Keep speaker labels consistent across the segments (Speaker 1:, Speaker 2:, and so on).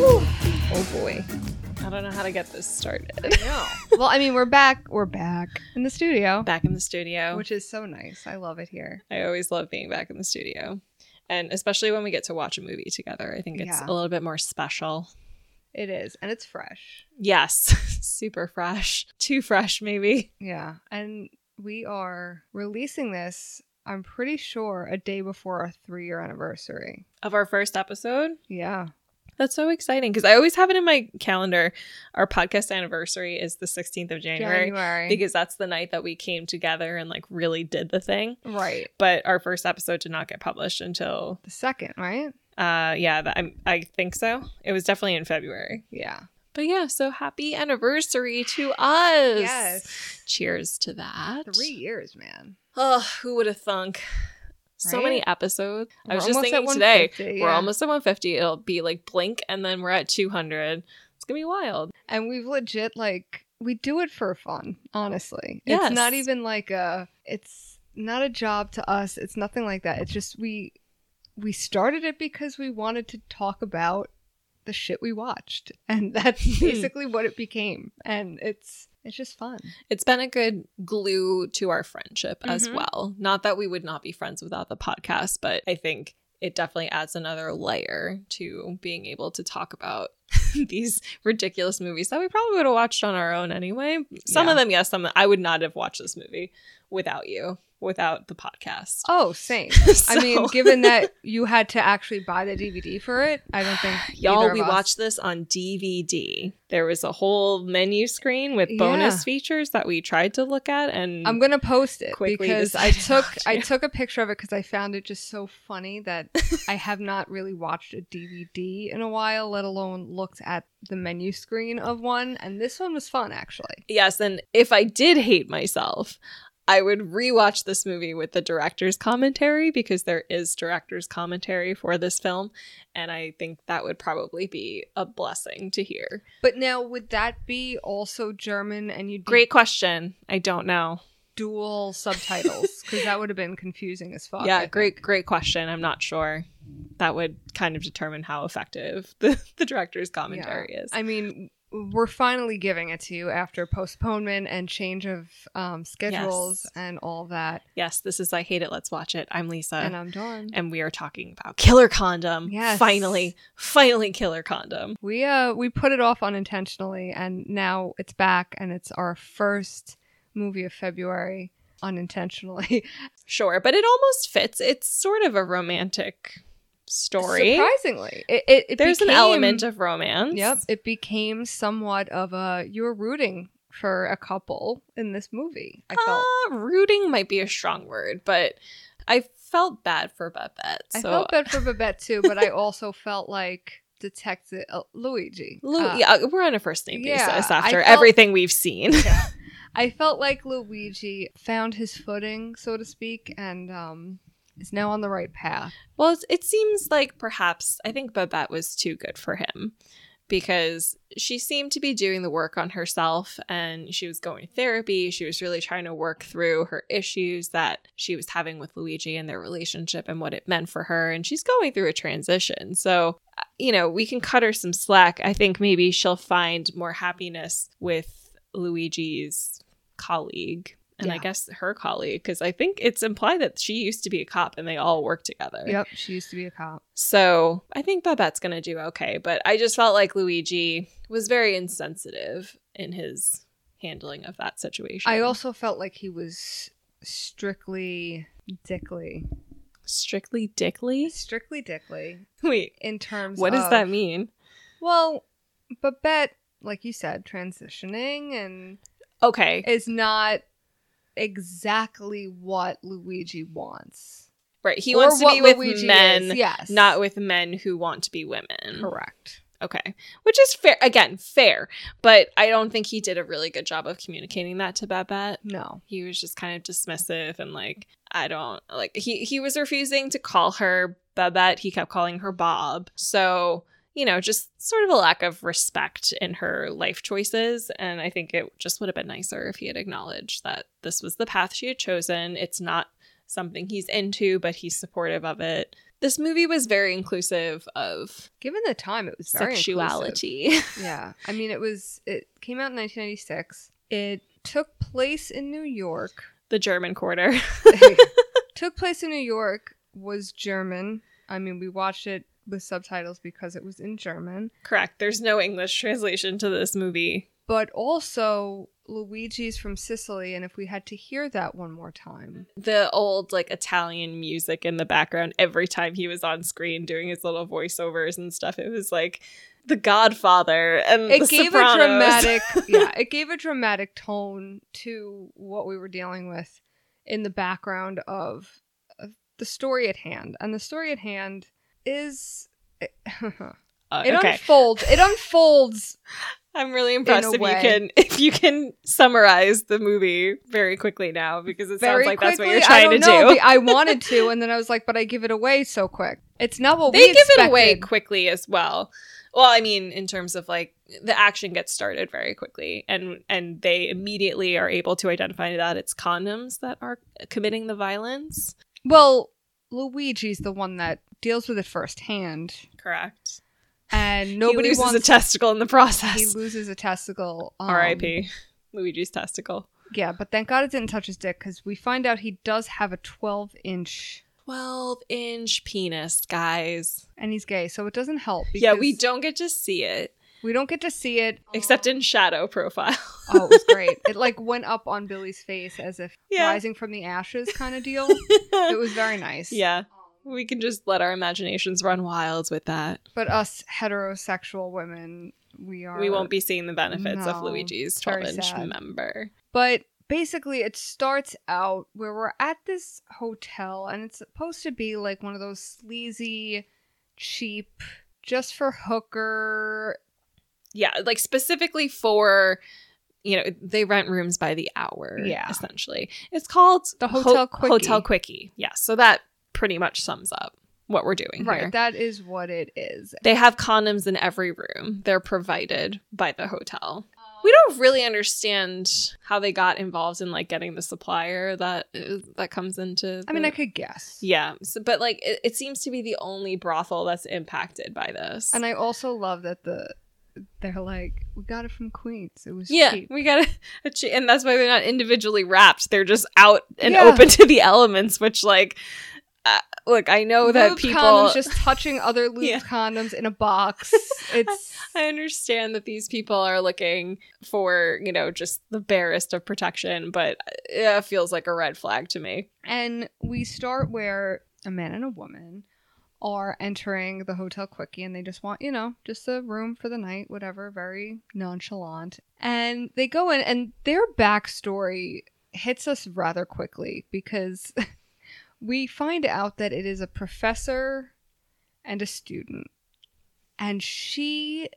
Speaker 1: Oh,
Speaker 2: Okay.
Speaker 1: I don't know how to get this started.
Speaker 2: No. well, I mean, we're back. We're back in the studio,
Speaker 1: Back in the studio.
Speaker 2: which is so nice. I love it here.
Speaker 1: I always love being back in the studio. And especially when we get to watch a movie together, I think it's
Speaker 2: Yeah.
Speaker 1: a little bit more special.
Speaker 2: It is, and it's fresh.
Speaker 1: Yes, super fresh. Too fresh, maybe.
Speaker 2: Yeah. And we are releasing this, I'm pretty sure, a day before our three year anniversary.
Speaker 1: Of our first episode.
Speaker 2: Yeah.
Speaker 1: That's so exciting because I always have it in my calendar. Our podcast anniversary is the 16th of January
Speaker 2: January.
Speaker 1: because that's the night that we came together and like really did the thing.
Speaker 2: right.
Speaker 1: But our first episode did not get published until,
Speaker 2: The second, right?
Speaker 1: uh, yeah, that, I'm, I think so. It was definitely in February.
Speaker 2: Yeah.
Speaker 1: But yeah, so happy anniversary to us.
Speaker 2: Yes.
Speaker 1: Cheers to that.
Speaker 2: Three years, man.
Speaker 1: Oh, who would have thunk? So
Speaker 2: Right?
Speaker 1: many episodes. I was
Speaker 2: We're
Speaker 1: just
Speaker 2: almost at
Speaker 1: thinking today,
Speaker 2: 150,
Speaker 1: we're
Speaker 2: yeah.
Speaker 1: almost at 150. It'll be like blink, and then we're at 200. It's gonna be wild.
Speaker 2: And we've legit, like, we do it for fun, honestly.
Speaker 1: Yes.
Speaker 2: It's not even like a, it's not a job to us. It's nothing like that. It's just we, we started it because we wanted to talk about the shit we watched. And that's
Speaker 1: Hmm.
Speaker 2: basically what it became. And it's, it's just fun.
Speaker 1: It's been a good glue to our friendship as
Speaker 2: Mhm.
Speaker 1: well. Not that we would not be friends without the podcast, but I think it definitely adds another layer to being able to talk about these ridiculous movies that we probably would have watched on our own anyway. Some of
Speaker 2: Yeah.
Speaker 1: them, yes, some I would not have watched this movie without you, without the podcast.
Speaker 2: Oh, same. I
Speaker 1: So-
Speaker 2: mean, given that you had to actually buy the DVD for it, I don't think either
Speaker 1: Y'all,
Speaker 2: of
Speaker 1: we
Speaker 2: us-
Speaker 1: watched this on DVD. There was a whole menu screen with bonus
Speaker 2: Yeah. Um,
Speaker 1: features that we tried to look at, and
Speaker 2: I'm gonna post it
Speaker 1: quickly
Speaker 2: because I
Speaker 1: decided
Speaker 2: took
Speaker 1: not to.
Speaker 2: I took a picture of it because I found it just so funny that I have not really watched a DVD in a while, let alone looked at the menu screen of one. And this one was fun actually.
Speaker 1: Yes, and if I did hate myself, I would rewatch this movie with the director's commentary because there is director's commentary for this film, and I think that would probably be a blessing to hear.
Speaker 2: But now, would that be also German and you
Speaker 1: Great question. I don't know.
Speaker 2: dual subtitles? Because that would have been confusing as fuck. I
Speaker 1: yeah,
Speaker 2: think.
Speaker 1: great great question. I'm not sure. That would kind of determine how effective the, the director's commentary is.
Speaker 2: I mean, we're finally giving it to you after postponement and change of um, schedules
Speaker 1: Yes.
Speaker 2: and all that.
Speaker 1: yes, this is I hate it. Let's watch it. I'm Lisa.
Speaker 2: and I'm done.
Speaker 1: and we are talking about Killer Condom.
Speaker 2: Yes.
Speaker 1: Finally, finally Killer Condom.
Speaker 2: We uh we put it off unintentionally, and now it's back, and it's our first movie of February unintentionally.
Speaker 1: Sure, but it almost fits. It's sort of a romantic story.
Speaker 2: Surprisingly, it, it, it
Speaker 1: There's an
Speaker 2: became-
Speaker 1: element of romance.
Speaker 2: yep. It became somewhat of a you were rooting for a couple in this movie. I felt.
Speaker 1: Uh, rooting might be a strong word, but I felt bad for Babette. So
Speaker 2: I felt bad for Babette too, but I also felt like Detective uh, Luigi.
Speaker 1: Lu-
Speaker 2: Uh,
Speaker 1: yeah, we're on a first name
Speaker 2: yeah,
Speaker 1: basis
Speaker 2: I
Speaker 1: after
Speaker 2: felt-
Speaker 1: everything we've seen.
Speaker 2: I felt like Luigi found his footing, so to speak, and um, is now on the right path.
Speaker 1: Well, it's- it seems like perhaps I think Babette was too good for him because she seemed to be doing the work on herself and she was going to therapy. She was really trying to work through her issues that she was having with Luigi and their relationship and what it meant for her. And she's going through a transition. So, uh, you know, we can cut her some slack. I think maybe she'll find more happiness with Luigi's colleague. And I
Speaker 2: Yeah.
Speaker 1: guess her colleague, because I think it's implied that she used to be a cop and they all work together.
Speaker 2: Yep, she used to be a cop.
Speaker 1: So I think Babette's gonna do okay, but I just felt like Luigi was very insensitive in his handling of that situation.
Speaker 2: I also felt like he was strictly dickly.
Speaker 1: strictly Dickly.
Speaker 2: Strictly dickly
Speaker 1: Wait,
Speaker 2: in terms
Speaker 1: what does
Speaker 2: of-
Speaker 1: that mean?
Speaker 2: Well, Babette, like you said, transitioning and
Speaker 1: Okay,
Speaker 2: is not exactly what Luigi wants.
Speaker 1: right. He
Speaker 2: Or
Speaker 1: wants to
Speaker 2: what
Speaker 1: be with
Speaker 2: Luigi
Speaker 1: men,
Speaker 2: is, yes.
Speaker 1: not with men who want to be women.
Speaker 2: correct.
Speaker 1: Okay, which is fair. Again, fair, but I don't think he did a really good job of communicating that to Babette.
Speaker 2: No.
Speaker 1: he was just kind of dismissive and like i don't like he he was refusing to call her babette he kept calling her bob so you know just sort of a lack of respect in her life choices and i think it just would have been nicer if he had acknowledged that this was the path she had chosen it's not something he's into but he's supportive of it This movie was very inclusive of
Speaker 2: Given the time, it was very inclusive.
Speaker 1: sexuality.
Speaker 2: Yeah. I mean, it was, it came out in 1996. It took place in New York.
Speaker 1: the German Quarter.
Speaker 2: took place in New York, was German. I mean, we watched it with subtitles because it was in German.
Speaker 1: Correct. There's no English translation to this movie.
Speaker 2: But also, Luigi's from Sicily, and if we had to hear that one more time,
Speaker 1: The old like Italian music in the background every time he was on screen doing his little voiceovers and stuff. It was like The Godfather and
Speaker 2: it
Speaker 1: The
Speaker 2: gave
Speaker 1: Sopranos.
Speaker 2: a dramatic yeah it gave a dramatic tone to what we were dealing with in the background of, of the story at hand and the story at hand is it,
Speaker 1: Uh,
Speaker 2: it
Speaker 1: okay.
Speaker 2: unfolds it unfolds
Speaker 1: I'm really impressed
Speaker 2: a
Speaker 1: if
Speaker 2: way.
Speaker 1: you can if you can summarize the movie very quickly now because it
Speaker 2: very
Speaker 1: sounds like
Speaker 2: quickly
Speaker 1: that's what you're
Speaker 2: i
Speaker 1: trying to
Speaker 2: don't know
Speaker 1: do.
Speaker 2: be- i wanted to and then i was like but i give it away so quick it's not what
Speaker 1: they
Speaker 2: we
Speaker 1: give it away
Speaker 2: expected.
Speaker 1: quickly as well well i mean in terms of like the action gets started very quickly and and they immediately are able to identify that it's condoms that are committing the violence
Speaker 2: well luigi's the one that deals with it firsthand
Speaker 1: correct
Speaker 2: and
Speaker 1: nobody
Speaker 2: nobody
Speaker 1: he loses
Speaker 2: wants
Speaker 1: a testicle in the process
Speaker 2: he loses a testicle um,
Speaker 1: rip luigi's testicle
Speaker 2: Yeah, but thank God it didn't touch his dick because we find out he does have a 12 inch
Speaker 1: 12 inch penis guys
Speaker 2: and he's gay, so it doesn't help.
Speaker 1: yeah we
Speaker 2: because
Speaker 1: don't get to see it
Speaker 2: we don't get to see it
Speaker 1: except in shadow profile
Speaker 2: oh, it was great. It like went up on Billy's face as if
Speaker 1: Yeah.
Speaker 2: rising from the ashes kind of deal. it was very nice.
Speaker 1: yeah we can just let our imaginations run wild with that
Speaker 2: But us heterosexual women, we are.
Speaker 1: we won't be seeing the benefits of
Speaker 2: No,
Speaker 1: Luigi's
Speaker 2: very
Speaker 1: 12 inch
Speaker 2: sad.
Speaker 1: member.
Speaker 2: But basically, it starts out where we're at this hotel, and it's supposed to be like one of those sleazy, cheap, just for hooker
Speaker 1: Yeah, like specifically for, you know, they rent rooms by the hour.
Speaker 2: Yeah.
Speaker 1: Essentially. It's called
Speaker 2: The Hotel Quickie.
Speaker 1: Hotel Quickie. Yeah. So that pretty much sums up what we're doing
Speaker 2: Right,
Speaker 1: here.
Speaker 2: that is what it is.
Speaker 1: they have condoms in every room, they're provided by the hotel. We don't really understand how they got involved in like getting the supplier that uh, that comes into.
Speaker 2: I mean,
Speaker 1: the-
Speaker 2: I could guess.
Speaker 1: yeah, so, but like it, it seems to be the only brothel that's impacted by this.
Speaker 2: And I also love that the they're like, we got it from Queens. It was
Speaker 1: Yeah,
Speaker 2: cheap.
Speaker 1: we got to, and that's why they're not individually wrapped. They're just out and
Speaker 2: Yeah.
Speaker 1: open to the elements. Which, like, uh, look, I know that
Speaker 2: Lube
Speaker 1: people.
Speaker 2: condoms just touching other lube
Speaker 1: Yeah.
Speaker 2: condoms in a box. It's
Speaker 1: I understand that these people are looking for, you know, just the barest of protection, but uh, it feels like a red flag to me.
Speaker 2: and we start where a man and a woman are entering the hotel quickie and they just want, you know, just a room for the night, whatever, very nonchalant. And they go in and their backstory hits us rather quickly because we find out that it is a professor and a student. And she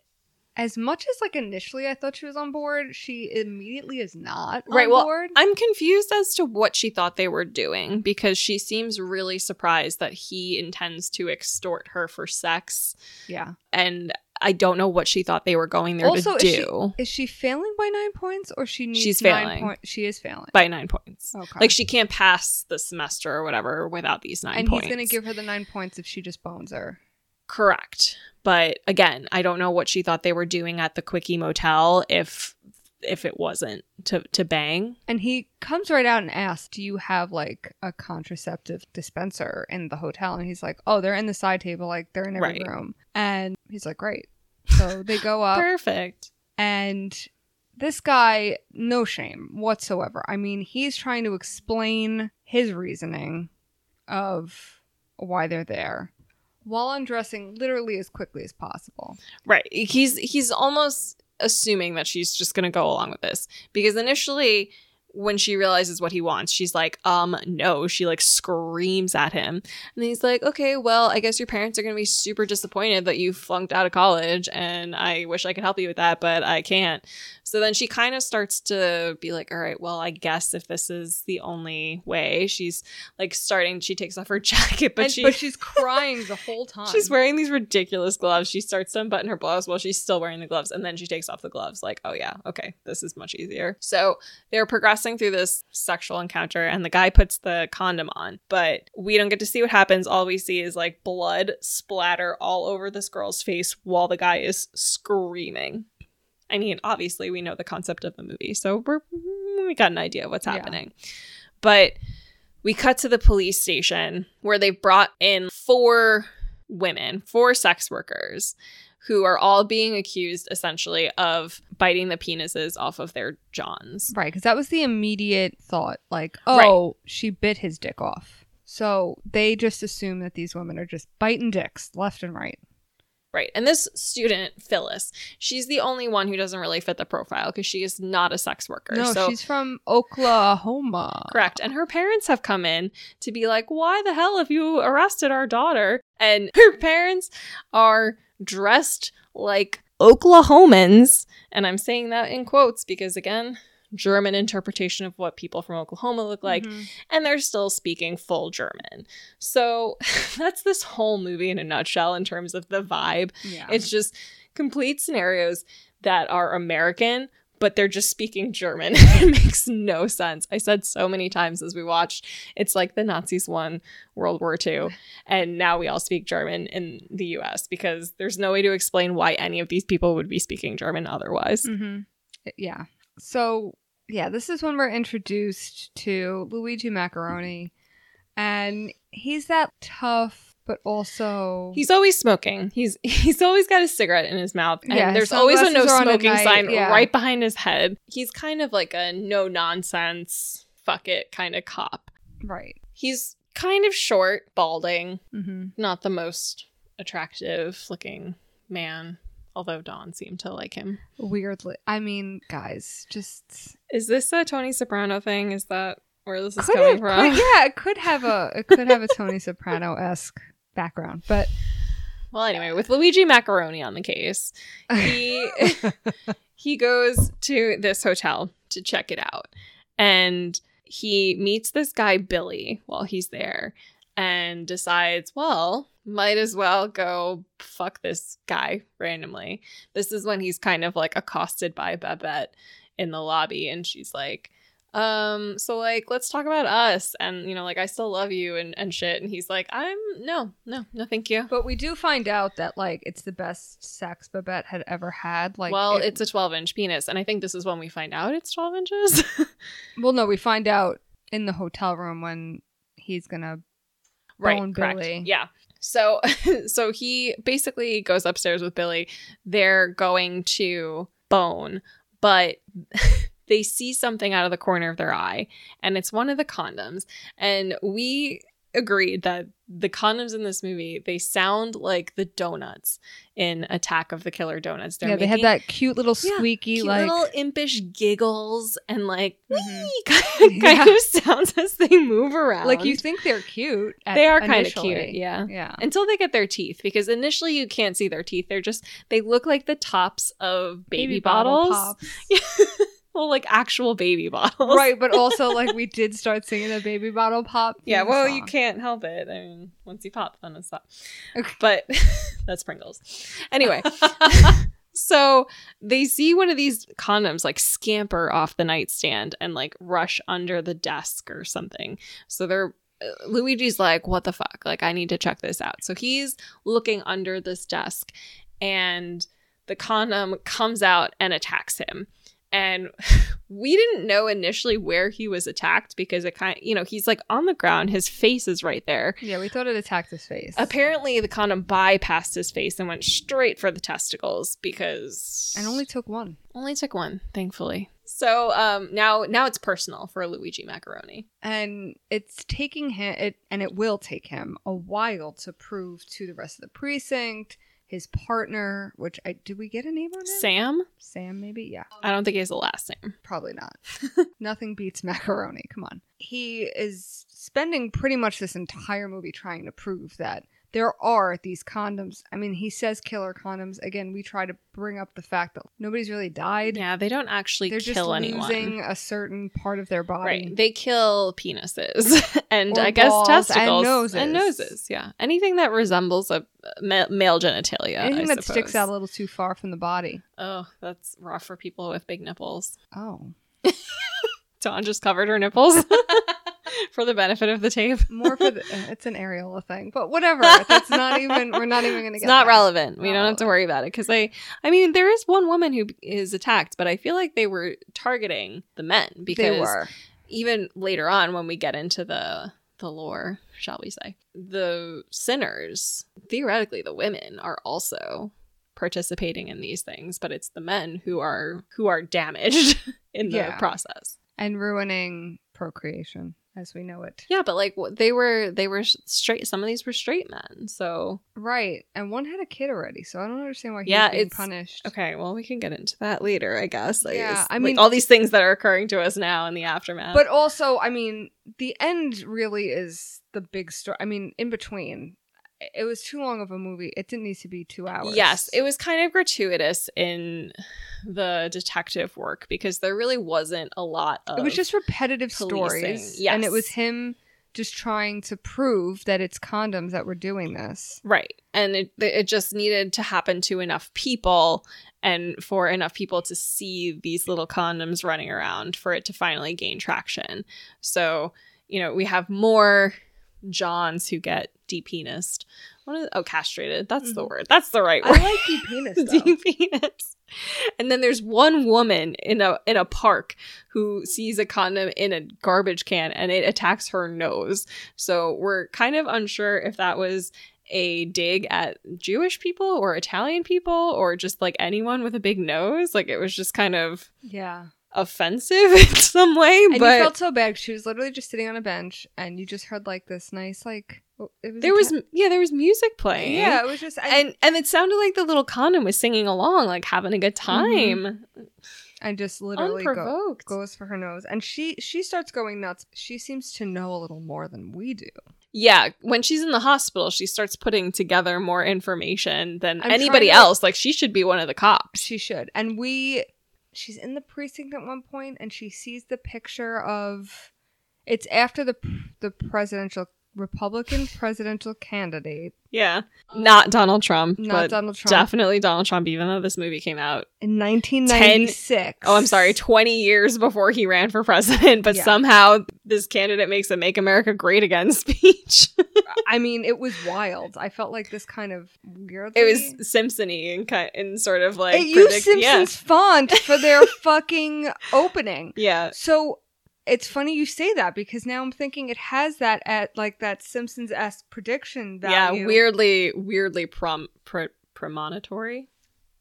Speaker 2: as much as like initially I thought she was on board, she immediately is not
Speaker 1: Right,
Speaker 2: on
Speaker 1: well,
Speaker 2: board.
Speaker 1: I'm confused as to what she thought they were doing because she seems really surprised that he intends to extort her for sex,
Speaker 2: yeah.
Speaker 1: and I don't know what she thought they were going there
Speaker 2: Also,
Speaker 1: to
Speaker 2: is
Speaker 1: do.
Speaker 2: she- Is she failing by nine points, or she needs?
Speaker 1: She's
Speaker 2: Nine
Speaker 1: failing.
Speaker 2: point- she is failing.
Speaker 1: by nine points.
Speaker 2: okay.
Speaker 1: Like she can't pass the semester or whatever without these nine
Speaker 2: and
Speaker 1: points.
Speaker 2: he's gonna give her the nine points if she just bones her.
Speaker 1: correct. But again, I don't know what she thought they were doing at the Quickie Motel if if it wasn't to to bang.
Speaker 2: And he comes right out and asks, "Do you have like a contraceptive dispenser in the hotel?" And he's like, "Oh, they're in the side table. Like they're in every
Speaker 1: Right.
Speaker 2: room." And he's like, "Great." So they go up,
Speaker 1: Perfect.
Speaker 2: and this guy, no shame whatsoever. I mean, he's trying to explain his reasoning of why they're there while undressing literally as quickly as possible.
Speaker 1: Right. He's he's almost assuming that she's just going to go along with this because initially when she realizes what he wants, she's like, um, no. She like screams at him. And he's like, okay, well, I guess your parents are going to be super disappointed that you flunked out of college. And I wish I could help you with that, but I can't. So then she kind of starts to be like, all right, well, I guess if this is the only way, she's like starting, she takes off her jacket, but
Speaker 2: And-
Speaker 1: she.
Speaker 2: but she's crying the whole time.
Speaker 1: She's wearing these ridiculous gloves. She starts to unbutton her blouse while she's still wearing the gloves, and then she takes off the gloves. Like, oh yeah, okay, this is much easier. So they're passing through this sexual encounter and the guy puts the condom on, but we don't get to see what happens. All we see is like blood splatter all over this girl's face while the guy is screaming. I mean, obviously we know the concept of the movie, so we're we got an idea of what's
Speaker 2: Yeah.
Speaker 1: happening. But we cut to the police station where they brought in four women, four sex workers who are all being accused essentially of biting the penises off of their johns.
Speaker 2: Right, because that was the immediate thought. Like,
Speaker 1: Right.
Speaker 2: oh, she bit his dick off. So they just assume that these women are just biting dicks left and right.
Speaker 1: Right. And this student, Phyllis, she's the only one who doesn't really fit the profile because she is not a sex worker.
Speaker 2: No,
Speaker 1: so
Speaker 2: she's from Oklahoma.
Speaker 1: Correct. And her parents have come in to be like, why the hell have you arrested our daughter? And her parents are dressed like Oklahomans. And I'm saying that in quotes because, again, German interpretation of what people from Oklahoma look like.
Speaker 2: Mhm.
Speaker 1: And they're still speaking full German. So that's this whole movie in a nutshell in terms of the vibe.
Speaker 2: yeah.
Speaker 1: It's just complete scenarios that are American, but they're just speaking German. it makes no sense. I said so many times as we watched, it's like the Nazis won World War II, and now we all speak German in the US because there's no way to explain why any of these people would be speaking German otherwise.
Speaker 2: hmm Yeah. So, yeah, this is when we're introduced to Luigi Macaroni. And he's that tough, but also.
Speaker 1: He's always smoking. He's he's always got a cigarette in his mouth, and
Speaker 2: Yeah,
Speaker 1: there's always a no
Speaker 2: sunglasses are on at
Speaker 1: smoking
Speaker 2: night,
Speaker 1: sign
Speaker 2: yeah.
Speaker 1: right behind his head. He's kind of like a no nonsense, fuck it kind of cop.
Speaker 2: Right.
Speaker 1: He's kind of short, balding,
Speaker 2: hmm
Speaker 1: not the most attractive looking man, although Don seemed to like him.
Speaker 2: Weirdly. I mean, guys, just.
Speaker 1: Is this a Tony Soprano thing? Is that where this is
Speaker 2: Could
Speaker 1: coming
Speaker 2: it-
Speaker 1: from?
Speaker 2: could- yeah, it could have a it could have a Tony Soprano esque background, but
Speaker 1: Well, anyway, with Luigi Macaroni on the case, he he goes to this hotel to check it out. And he meets this guy Billy while he's there and decides, well, might as well go fuck this guy randomly. This is when he's kind of like accosted by Babette in the lobby and she's like um so like let's talk about us and you know like i still love you and and shit and he's like i'm no no no thank you
Speaker 2: but we do find out that like it's the best sex Babette had ever had. Like,
Speaker 1: well,
Speaker 2: it-
Speaker 1: it's a 12 inch penis. And I think this is when we find out it's 12 inches.
Speaker 2: well, no, we find out in the hotel room when he's gonna Bone Billy.
Speaker 1: Yeah. So, so he basically goes upstairs with Billy. They're going to bone, but they see something out of the corner of their eye, and it's one of the condoms. And we agreed that the condoms in this movie they sound like the donuts in Attack of the Killer Donuts. They're
Speaker 2: yeah, they had
Speaker 1: making
Speaker 2: that cute little
Speaker 1: Yeah,
Speaker 2: squeaky
Speaker 1: cute
Speaker 2: like
Speaker 1: little impish giggles and like
Speaker 2: Mhm.
Speaker 1: wee kind, kind
Speaker 2: Yeah.
Speaker 1: of sounds as they move around.
Speaker 2: like you think they're cute. at-
Speaker 1: they are kind of
Speaker 2: initially.
Speaker 1: cute, yeah.
Speaker 2: Yeah.
Speaker 1: Until they get their teeth, because initially you can't see their teeth. They're just they look like the tops of baby, bottles,
Speaker 2: pops.
Speaker 1: well, like actual baby bottles,
Speaker 2: right, but also like we did start singing the baby bottle pop.
Speaker 1: Yeah,
Speaker 2: theme
Speaker 1: well, you
Speaker 2: song.
Speaker 1: can't help it. I mean, once you pop, then it's not.
Speaker 2: Okay.
Speaker 1: But that's Pringles. Anyway, so they see one of these condoms like scamper off the nightstand and like rush under the desk or something. So they're. uh, Luigi's like, what the fuck? Like, I need to check this out. So he's looking under this desk and the condom comes out and attacks him. And we didn't know initially where he was attacked because it kind you know, he's like on the ground, his face is right there.
Speaker 2: Yeah, we thought it attacked his face.
Speaker 1: Apparently, the condom bypassed his face and went straight for the testicles because
Speaker 2: and only took one.
Speaker 1: only took one, thankfully. So um, now now it's personal for Luigi Macaroni.
Speaker 2: and it's taking him it and it will take him a while to prove to the rest of the precinct his partner which i did we get a name on him
Speaker 1: Sam,
Speaker 2: sam maybe yeah
Speaker 1: I don't think he has a last name.
Speaker 2: probably not nothing beats macaroni come on he is spending pretty much this entire movie trying to prove that there are these condoms i mean he says killer condoms again we try to bring up the fact that nobody's really died
Speaker 1: Yeah, they don't actually
Speaker 2: they're just
Speaker 1: kill anyone.
Speaker 2: losing a certain part of their body
Speaker 1: Right. They kill penises and
Speaker 2: Or
Speaker 1: I guess
Speaker 2: balls and
Speaker 1: testicles
Speaker 2: noses.
Speaker 1: And noses, yeah. Anything that resembles a uh, ma- male genitalia.
Speaker 2: anything
Speaker 1: I
Speaker 2: that sticks
Speaker 1: suppose.
Speaker 2: out a little too far from the body
Speaker 1: Oh, that's rough for people with big nipples.
Speaker 2: Oh.
Speaker 1: Dawn just covered her nipples for the benefit of the tape.
Speaker 2: More for the, it's an areola thing, but whatever. That's not even. We're not even going to
Speaker 1: It's
Speaker 2: get.
Speaker 1: not
Speaker 2: there.
Speaker 1: relevant. We
Speaker 2: Not
Speaker 1: don't have to worry about it because I, I mean, there is one woman who is attacked, but I feel like they were targeting the men because
Speaker 2: They were.
Speaker 1: even later on when we get into the the lore, shall we say, the sinners, theoretically the women are also participating in these things, but it's the men who are who are damaged in the
Speaker 2: Yeah.
Speaker 1: process.
Speaker 2: and ruining procreation as we know it.
Speaker 1: Yeah, but like wh- they were they were straight some of these were straight men. So,
Speaker 2: Right, and one had a kid already, so I don't understand why he's
Speaker 1: Yeah,
Speaker 2: being
Speaker 1: it's-
Speaker 2: punished.
Speaker 1: okay, well we can get into that later, I guess. Like,
Speaker 2: Yeah,
Speaker 1: it's-
Speaker 2: I
Speaker 1: like,
Speaker 2: mean-
Speaker 1: all these things that are occurring to us now in the aftermath.
Speaker 2: But also, I mean, the end really is the big story. I mean, in between, it was too long of a movie. It didn't need to be two hours.
Speaker 1: Yes, it was kind of gratuitous in the detective work because there really wasn't a lot of
Speaker 2: It was just repetitive
Speaker 1: policing.
Speaker 2: stories.
Speaker 1: Yes.
Speaker 2: And it was him just trying to prove that it's condoms that were doing this.
Speaker 1: right, and it it just needed to happen to enough people and for enough people to see these little condoms running around for it to finally gain traction. So you know we have more Johns who get depenised. What is oh castrated? That's the
Speaker 2: Mhm.
Speaker 1: word. That's the right word.
Speaker 2: I like deep penis though.
Speaker 1: deep penis. And then there's one woman in a in a park who sees a condom in a garbage can and it attacks her nose. So we're kind of unsure if that was a dig at Jewish people or Italian people or just like anyone with a big nose. Like it was just kind of
Speaker 2: yeah.
Speaker 1: offensive in some way.
Speaker 2: And
Speaker 1: but
Speaker 2: you felt so bad. 'cause She was literally just sitting on a bench, and you just heard like this nice, like oh, it was
Speaker 1: there
Speaker 2: a
Speaker 1: was
Speaker 2: ta-
Speaker 1: yeah, there was music playing.
Speaker 2: yeah, it was just I,
Speaker 1: And and it sounded like the little condom was singing along, like having a good time.
Speaker 2: I just Mm-hmm. literally go,
Speaker 1: Unprovoked.
Speaker 2: goes for her nose and she she starts going nuts she seems to know a little more than we do
Speaker 1: Yeah, when she's in the hospital, she starts putting together more information than
Speaker 2: I'm
Speaker 1: anybody
Speaker 2: trying to-
Speaker 1: else. Like she should be one of the cops.
Speaker 2: she should and we she's in the precinct at one point and she sees the picture of it's after the the presidential republican presidential candidate
Speaker 1: Yeah, not Donald Trump,
Speaker 2: not
Speaker 1: but
Speaker 2: donald trump
Speaker 1: definitely Donald Trump. Even though this movie came out,
Speaker 2: in 1996
Speaker 1: oh, I'm sorry, 20 years before he ran for president, but
Speaker 2: Yeah.
Speaker 1: somehow this candidate makes a "Make America Great Again" speech.
Speaker 2: i mean it was wild i felt like this kind of weird
Speaker 1: it was Simpsony and kind and sort of like
Speaker 2: it used
Speaker 1: predict-
Speaker 2: simpsons font for their fucking opening
Speaker 1: Yeah, yeah.
Speaker 2: So it's funny you say that because now I'm thinking it has that at like that Simpsons esque prediction value.
Speaker 1: Yeah, weirdly, weirdly prom- pre- premonitory.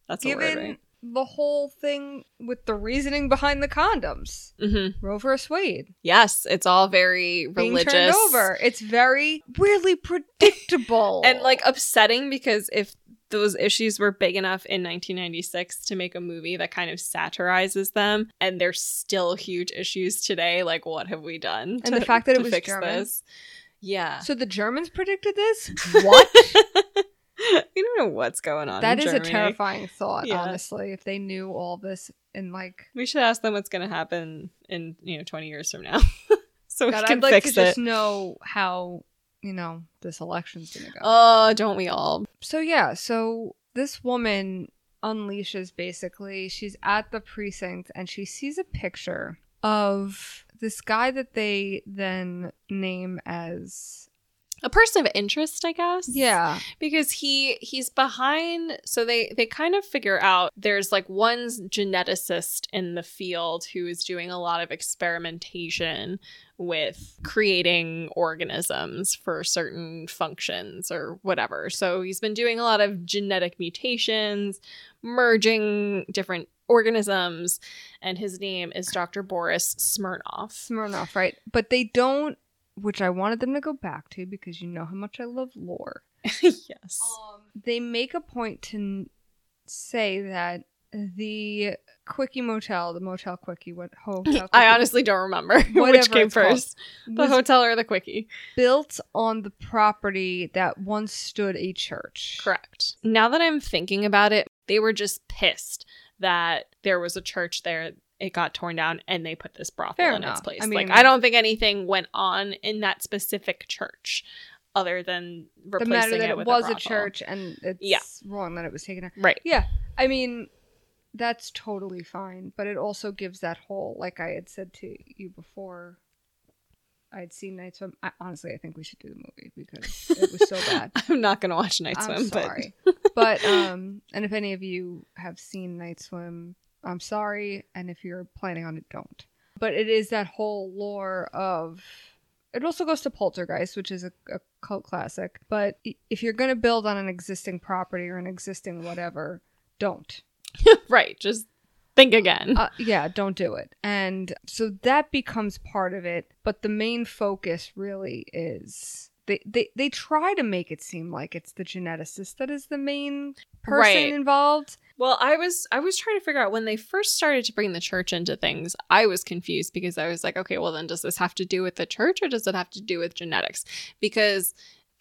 Speaker 1: That's a
Speaker 2: given
Speaker 1: word, right?
Speaker 2: the whole thing with the reasoning behind the condoms.
Speaker 1: Mm-hmm.
Speaker 2: Roe versus Wade
Speaker 1: Yes, it's all very
Speaker 2: being
Speaker 1: religious.
Speaker 2: turned over. It's very weirdly predictable
Speaker 1: And like upsetting because if those issues were big enough in 1996 to make a movie that kind of satirizes them and they're still huge issues today, like what have we done?
Speaker 2: And the fact that it
Speaker 1: to
Speaker 2: was
Speaker 1: fix
Speaker 2: German.
Speaker 1: This? Yeah.
Speaker 2: So the Germans predicted this. What?
Speaker 1: we don't know what's going on.
Speaker 2: that
Speaker 1: in
Speaker 2: is a
Speaker 1: Germany.
Speaker 2: terrifying thought.
Speaker 1: Yeah.
Speaker 2: Honestly, if they knew all this and like.
Speaker 1: We should ask them what's going to happen in, you know, 20 years from now. so we
Speaker 2: God,
Speaker 1: can
Speaker 2: I'd like
Speaker 1: fix
Speaker 2: to
Speaker 1: it.
Speaker 2: just know how you know this election's gonna go.
Speaker 1: Oh, don't we all?
Speaker 2: So yeah, so this woman unleashes basically. She's at the precinct and she sees a picture of this guy that they then name as
Speaker 1: A person of interest, I guess.
Speaker 2: yeah,
Speaker 1: because he he's behind so they they kind of figure out there's like one geneticist in the field who is doing a lot of experimentation with creating organisms for certain functions or whatever so he's been doing a lot of genetic mutations merging different organisms and his name is Dr. Boris Smirnov
Speaker 2: Smirnoff, right? But they don't which I wanted them to go back to because you know how much I love lore.
Speaker 1: yes
Speaker 2: They make a point to n- say that the Quickie Motel, the Motel Quickie, what hotel?
Speaker 1: I
Speaker 2: Quickie
Speaker 1: honestly don't remember
Speaker 2: Whatever
Speaker 1: which came
Speaker 2: it's called.
Speaker 1: first, the
Speaker 2: was
Speaker 1: hotel or the quickie.
Speaker 2: built on the property that once stood a church.
Speaker 1: Correct. Now that I'm thinking about it, they were just pissed that there was a church there. It got torn down and they put this brothel
Speaker 2: Fair
Speaker 1: in its
Speaker 2: enough.
Speaker 1: place.
Speaker 2: I
Speaker 1: like,
Speaker 2: mean-
Speaker 1: I don't think anything went on in that specific church other than
Speaker 2: the
Speaker 1: replacing
Speaker 2: matter that
Speaker 1: it,
Speaker 2: it
Speaker 1: with
Speaker 2: was a,
Speaker 1: brothel.
Speaker 2: church and it's
Speaker 1: Yeah.
Speaker 2: wrong that it was taken out.
Speaker 1: Right.
Speaker 2: I mean, that's totally fine. But it also gives that whole, like I had said to you before, I'd seen Night Swim. I, honestly, I think we should do the movie because it was so bad.
Speaker 1: I'm not going to watch Night Swim,
Speaker 2: I'm sorry. but um, and if any of you have seen Night Swim, I'm sorry. And if you're planning on it, don't. But it is that whole lore of. It also goes to Poltergeist, which is a, a cult classic. But i- if you're going to build on an existing property or an existing whatever, don't.
Speaker 1: but right, just think again.
Speaker 2: Uh, yeah, don't do it. And so that becomes part of it. But the main focus really is. They, they, they try to make it seem like it's the geneticist that is the main person
Speaker 1: Right.
Speaker 2: involved.
Speaker 1: Well, I was I was trying to figure out when they first started to bring the church into things. I was confused because I was like, okay, well then does this have to do with the church or does it have to do with genetics? Because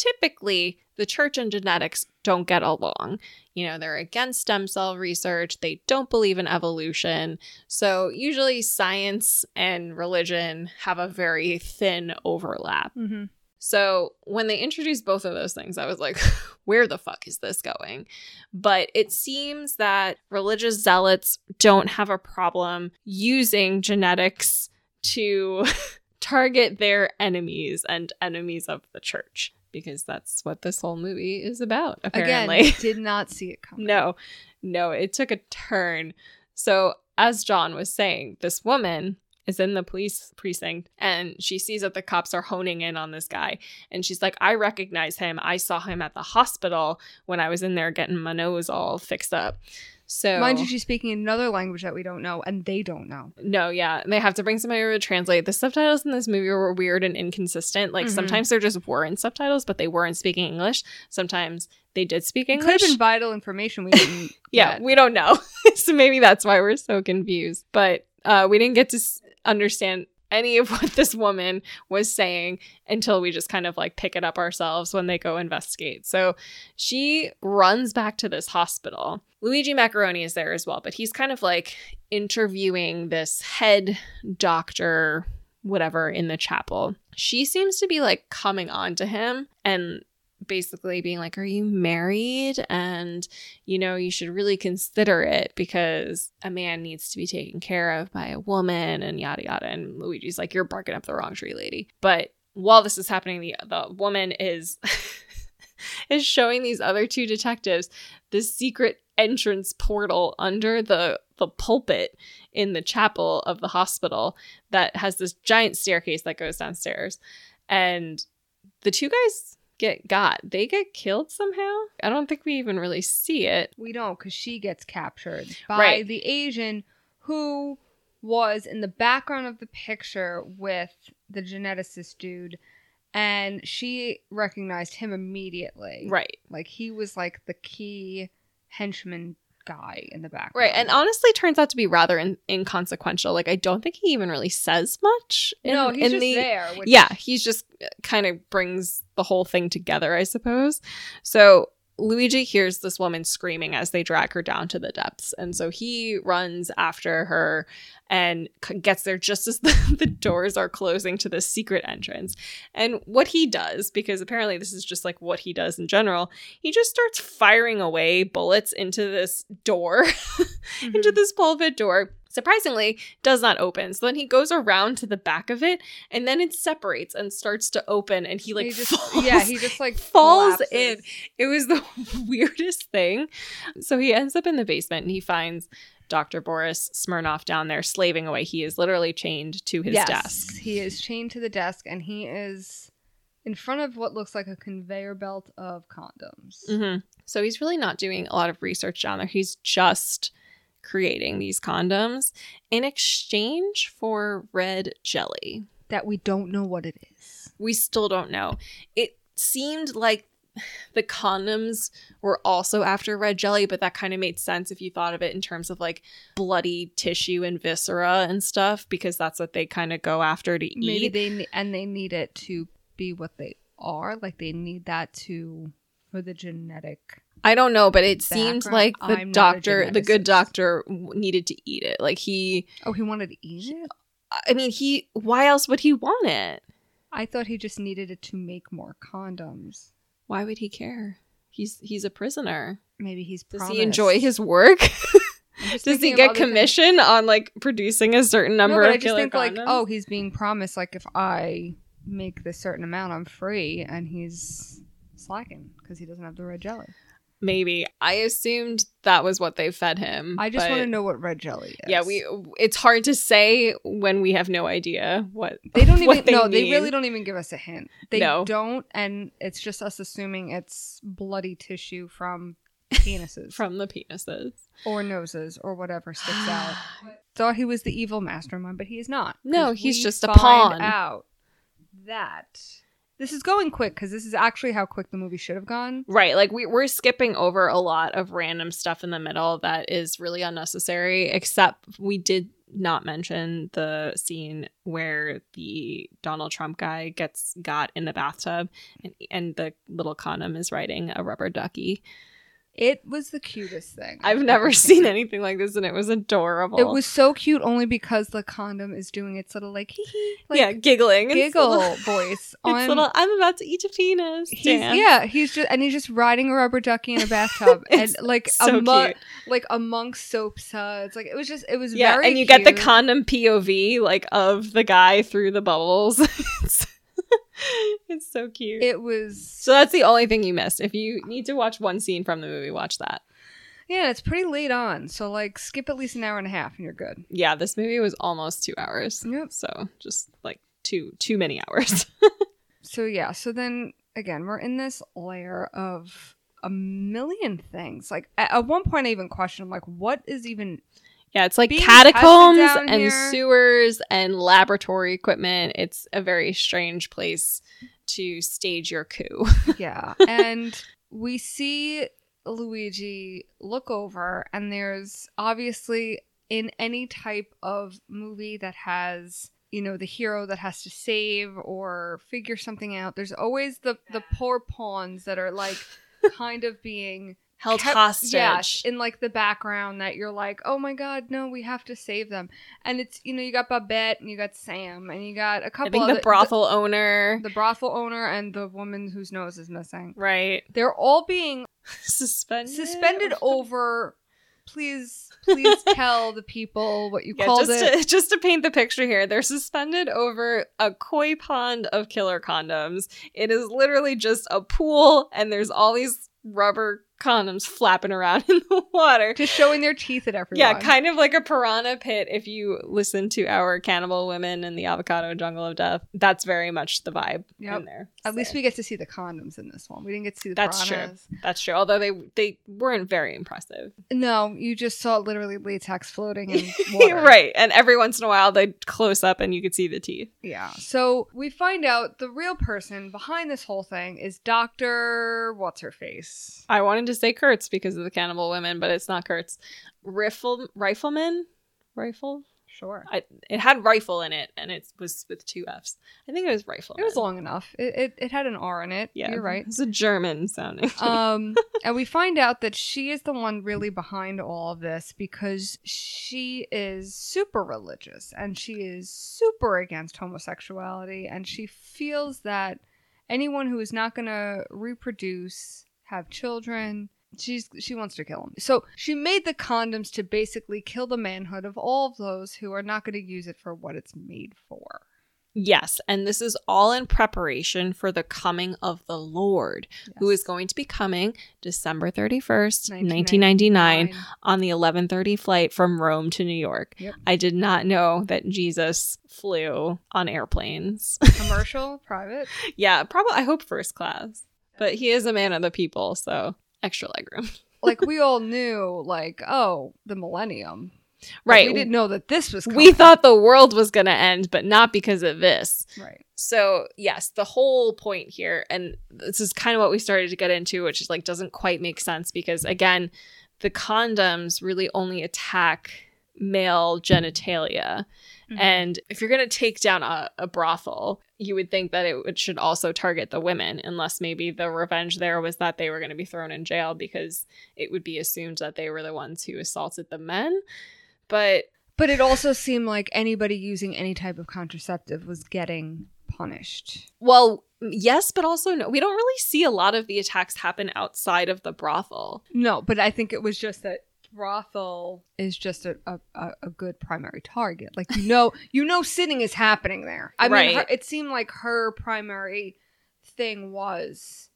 Speaker 1: typically the church and genetics don't get along. You know, they're against stem cell research, they don't believe in evolution. So, usually science and religion have a very thin overlap.
Speaker 2: Mm-hmm.
Speaker 1: So when they introduced both of those things, I was like, where the fuck is this going? But it seems that religious zealots don't have a problem using genetics to target their enemies and enemies of the church because that's what this whole movie is about, apparently.
Speaker 2: Again, did not see it coming.
Speaker 1: No, no, it took a turn. So, as John was saying, this woman is in the police precinct and she sees that the cops are honing in on this guy. And she's like, I recognize him. I saw him at the hospital when I was in there getting my nose all fixed up. So,
Speaker 2: Mind you, she's speaking another language that we don't know and they don't know.
Speaker 1: no, yeah, and they have to bring somebody over to translate. The subtitles in this movie were weird and inconsistent. Like
Speaker 2: Mhm.
Speaker 1: sometimes there just weren't subtitles, but they weren't speaking English. Sometimes they did speak
Speaker 2: It
Speaker 1: English.
Speaker 2: could have been vital information we didn't
Speaker 1: Yeah,
Speaker 2: get.
Speaker 1: we don't know. so maybe that's why we're so confused. But uh, we didn't get to s- understand any of what this woman was saying until we just kind of like pick it up ourselves when they go investigate. So she runs back to this hospital. Luigi Macaroni is there as well, but he's kind of like interviewing this head doctor, whatever, in the chapel. She seems to be like coming on to him and basically being like, Are you married? And you know, you should really consider it because a man needs to be taken care of by a woman and yada yada. And Luigi's like, you're barking up the wrong tree, lady. But while this is happening, the, the woman is is showing these other two detectives the secret entrance portal under the the pulpit in the chapel of the hospital that has this giant staircase that goes downstairs. And the two guys get got. They get killed somehow. I don't think we even really see it.
Speaker 2: We don't because she gets captured by
Speaker 1: Right.
Speaker 2: the Asian who was in the background of the picture with the geneticist dude, and she recognized him immediately.
Speaker 1: Right.
Speaker 2: like he was like the key henchman guy in the background.
Speaker 1: Right. And honestly turns out to be rather in- inconsequential. Like I don't think he even really says much. In,
Speaker 2: no, he's
Speaker 1: in
Speaker 2: just
Speaker 1: the-
Speaker 2: there. Which,
Speaker 1: Yeah, he's just uh, kind of brings the whole thing together, I suppose. So Luigi hears this woman screaming as they drag her down to the depths. And so he runs after her and c- gets there just as the, the doors are closing to this secret entrance. And what he does, because apparently this is just like what he does in general, he just starts firing away bullets into this door
Speaker 2: Mhm.
Speaker 1: into this pulpit door. Surprisingly, does not open. So then he goes around to the back of it, and then it separates and starts to open, and he like
Speaker 2: he just,
Speaker 1: falls.
Speaker 2: yeah, he just like
Speaker 1: falls
Speaker 2: collapses.
Speaker 1: in. It was the weirdest thing. So he ends up in the basement, and he finds Dr. Boris Smirnoff down there slaving away. He is literally chained to his
Speaker 2: yes,
Speaker 1: desk.
Speaker 2: He is chained to the desk and he is in front of what looks like a conveyor belt of condoms.
Speaker 1: hmm So he's really not doing a lot of research down there. He's just creating these condoms in exchange for red jelly.
Speaker 2: That we don't know what it is.
Speaker 1: we still don't know. It seemed like the condoms were also after red jelly, but that kind of made sense if you thought of it in terms of like bloody tissue and viscera and stuff, because that's what they kind of go after to
Speaker 2: Maybe
Speaker 1: eat.
Speaker 2: they ne- and they need it to be what they are. Like they need that to for the genetic.
Speaker 1: I don't know, but it seemed
Speaker 2: Background.
Speaker 1: like the
Speaker 2: I'm not a
Speaker 1: doctor, the good
Speaker 2: geneticist.
Speaker 1: doctor, w- needed to eat it. Like he,
Speaker 2: Oh, he wanted to eat it.
Speaker 1: I mean, he. Why else would he want it?
Speaker 2: I thought he just needed it to make more condoms.
Speaker 1: Why would he care? He's he's a prisoner.
Speaker 2: Maybe he's
Speaker 1: Does
Speaker 2: promised.
Speaker 1: he enjoy his work?
Speaker 2: I'm just
Speaker 1: Does he
Speaker 2: thinking of
Speaker 1: get
Speaker 2: other things.
Speaker 1: commission on like producing a certain number
Speaker 2: no, but
Speaker 1: of
Speaker 2: I just
Speaker 1: killer
Speaker 2: think like,
Speaker 1: condoms?
Speaker 2: oh, he's being promised like if I make this certain amount, I'm free, and he's slacking because he doesn't have the red jelly.
Speaker 1: maybe. I assumed that was what they fed him.
Speaker 2: I just
Speaker 1: but-
Speaker 2: want to know what red jelly is.
Speaker 1: Yeah, we. It's hard to say when we have no idea what
Speaker 2: They don't
Speaker 1: what
Speaker 2: even. no, they
Speaker 1: mean.
Speaker 2: really don't even give us a hint. They
Speaker 1: No.
Speaker 2: don't, and it's just us assuming it's bloody tissue from penises
Speaker 1: from the penises.
Speaker 2: or noses or whatever sticks out. Thought he was the evil mastermind, but he is not.
Speaker 1: No,
Speaker 2: 'cause
Speaker 1: he's
Speaker 2: we
Speaker 1: just a
Speaker 2: find
Speaker 1: pawn.
Speaker 2: Out that this is going quick because this is actually how quick the movie should have gone.
Speaker 1: Right, like we, we're skipping over a lot of random stuff in the middle that is really unnecessary, except we did not mention the scene where the Donald Trump guy gets got in the bathtub and, and the little condom is riding a rubber ducky.
Speaker 2: It was the cutest thing
Speaker 1: I've never seen anything like this and it was adorable.
Speaker 2: It was so cute only because the condom is doing its little like hee hee like
Speaker 1: yeah, giggling. It's
Speaker 2: giggle
Speaker 1: little-
Speaker 2: voice
Speaker 1: It's
Speaker 2: on
Speaker 1: little, I'm about to eat a penis.
Speaker 2: He's,
Speaker 1: Dan."
Speaker 2: yeah, he's just and he's just riding a rubber ducky in a bathtub and
Speaker 1: It's
Speaker 2: like
Speaker 1: so
Speaker 2: amo-
Speaker 1: cute.
Speaker 2: like amongst soaps suds. Like it was just it was
Speaker 1: Yeah,
Speaker 2: very
Speaker 1: and you get the
Speaker 2: cute.
Speaker 1: condom POV like of the guy through the bubbles. it's, it's so cute.
Speaker 2: It was
Speaker 1: so that's the only thing you missed. If you need to watch one scene from the movie, watch that.
Speaker 2: yeah, it's pretty late on, so like skip at least an hour and a half and you're good.
Speaker 1: Yeah, this movie was almost two hours.
Speaker 2: Yep.
Speaker 1: So just like too too many hours.
Speaker 2: So yeah, so then again, we're in this layer of a million things. Like at, at one point, I even questioned like, what is even
Speaker 1: yeah, it's like
Speaker 2: Being tested
Speaker 1: catacombs
Speaker 2: down
Speaker 1: and
Speaker 2: here.
Speaker 1: sewers and laboratory equipment. It's a very strange place to stage your coup.
Speaker 2: yeah and we see luigi look over and there's obviously in any type of movie that has you know the hero that has to save or figure something out there's always the the poor pawns that are like kind of being
Speaker 1: Held
Speaker 2: kept-
Speaker 1: hostage.
Speaker 2: yes, in like the background that you're like oh my god no we have to save them and it's you know you got babette and you got sam and you got a
Speaker 1: I
Speaker 2: couple
Speaker 1: think
Speaker 2: other,
Speaker 1: the brothel owner.
Speaker 2: the, the brothel owner and the woman whose nose is missing
Speaker 1: right.
Speaker 2: they're all being
Speaker 1: suspended
Speaker 2: suspended over. Please, please tell the people what you
Speaker 1: Yeah,
Speaker 2: called
Speaker 1: just
Speaker 2: it.
Speaker 1: to, just to paint the picture here, they're suspended over a koi pond of killer condoms. It is literally just a pool, and there's all these rubber condoms flapping around in the water.
Speaker 2: Just showing their teeth at everyone.
Speaker 1: Yeah, kind of like a piranha pit. If you listen to our cannibal women and the avocado jungle of death, that's very much the vibe
Speaker 2: Yep.
Speaker 1: in there.
Speaker 2: At
Speaker 1: So,
Speaker 2: least we get to see the condoms in this one. We didn't get to see the
Speaker 1: That's true.
Speaker 2: piranhas.
Speaker 1: that's true. Although they they weren't very impressive,
Speaker 2: No, you just saw literally latex floating in water.
Speaker 1: right? And every once in a while, they'd close up and you could see the teeth.
Speaker 2: Yeah. So we find out the real person behind this whole thing is Doctor What's her face.
Speaker 1: I wanted to say Kurtz because of the cannibal women, but it's not Kurtz. Rifle rifleman? Rifle?
Speaker 2: Sure.
Speaker 1: I, it had rifle in it and it was with two F's. I think it was rifle.
Speaker 2: It was long enough. It, it, it had an R in it.
Speaker 1: Yeah.
Speaker 2: You're right.
Speaker 1: It's a German sounding.
Speaker 2: um, and we find out that she is the one really behind all of this because she is super religious and she is super against homosexuality and she feels that anyone who is not going to reproduce, have children, she's she wants to kill him. So she made the condoms to basically kill the manhood of all of those who are not going to use it for what it's made for.
Speaker 1: yes, and this is all in preparation for the coming of the Lord, who
Speaker 2: Yes.
Speaker 1: is going to be coming December 31st, 1999.
Speaker 2: 1999.
Speaker 1: on the 11:30 flight from Rome to New York.
Speaker 2: Yep.
Speaker 1: I did not know that Jesus flew on airplanes.
Speaker 2: commercial private
Speaker 1: Yeah, probably. I hope first class. But he is a man of the people, so extra legroom.
Speaker 2: like we all knew like oh the millennium But
Speaker 1: Right.
Speaker 2: we
Speaker 1: We,
Speaker 2: didn't know that this was coming.
Speaker 1: thought the world was going to end, but not because of this.
Speaker 2: right
Speaker 1: So, yes, the whole point here, and this is kind of what we started to get into, which is like doesn't quite make sense because, again, the condoms really only attack male genitalia. And if you're going to take down a, a brothel, you would think that it would, should also target the women, unless maybe the revenge there was that they were going to be thrown in jail because it would be assumed that they were the ones who assaulted the men. But
Speaker 2: but it also seemed like anybody using any type of contraceptive was getting punished
Speaker 1: Well, yes, but also no. We don't really see a lot of the attacks happen outside of the brothel.
Speaker 2: no but i think it was just that brothel is just a, a, a a good primary target. Like you know, you know, sinning is happening there. I mean, her,
Speaker 1: Right.
Speaker 2: it seemed like her primary thing was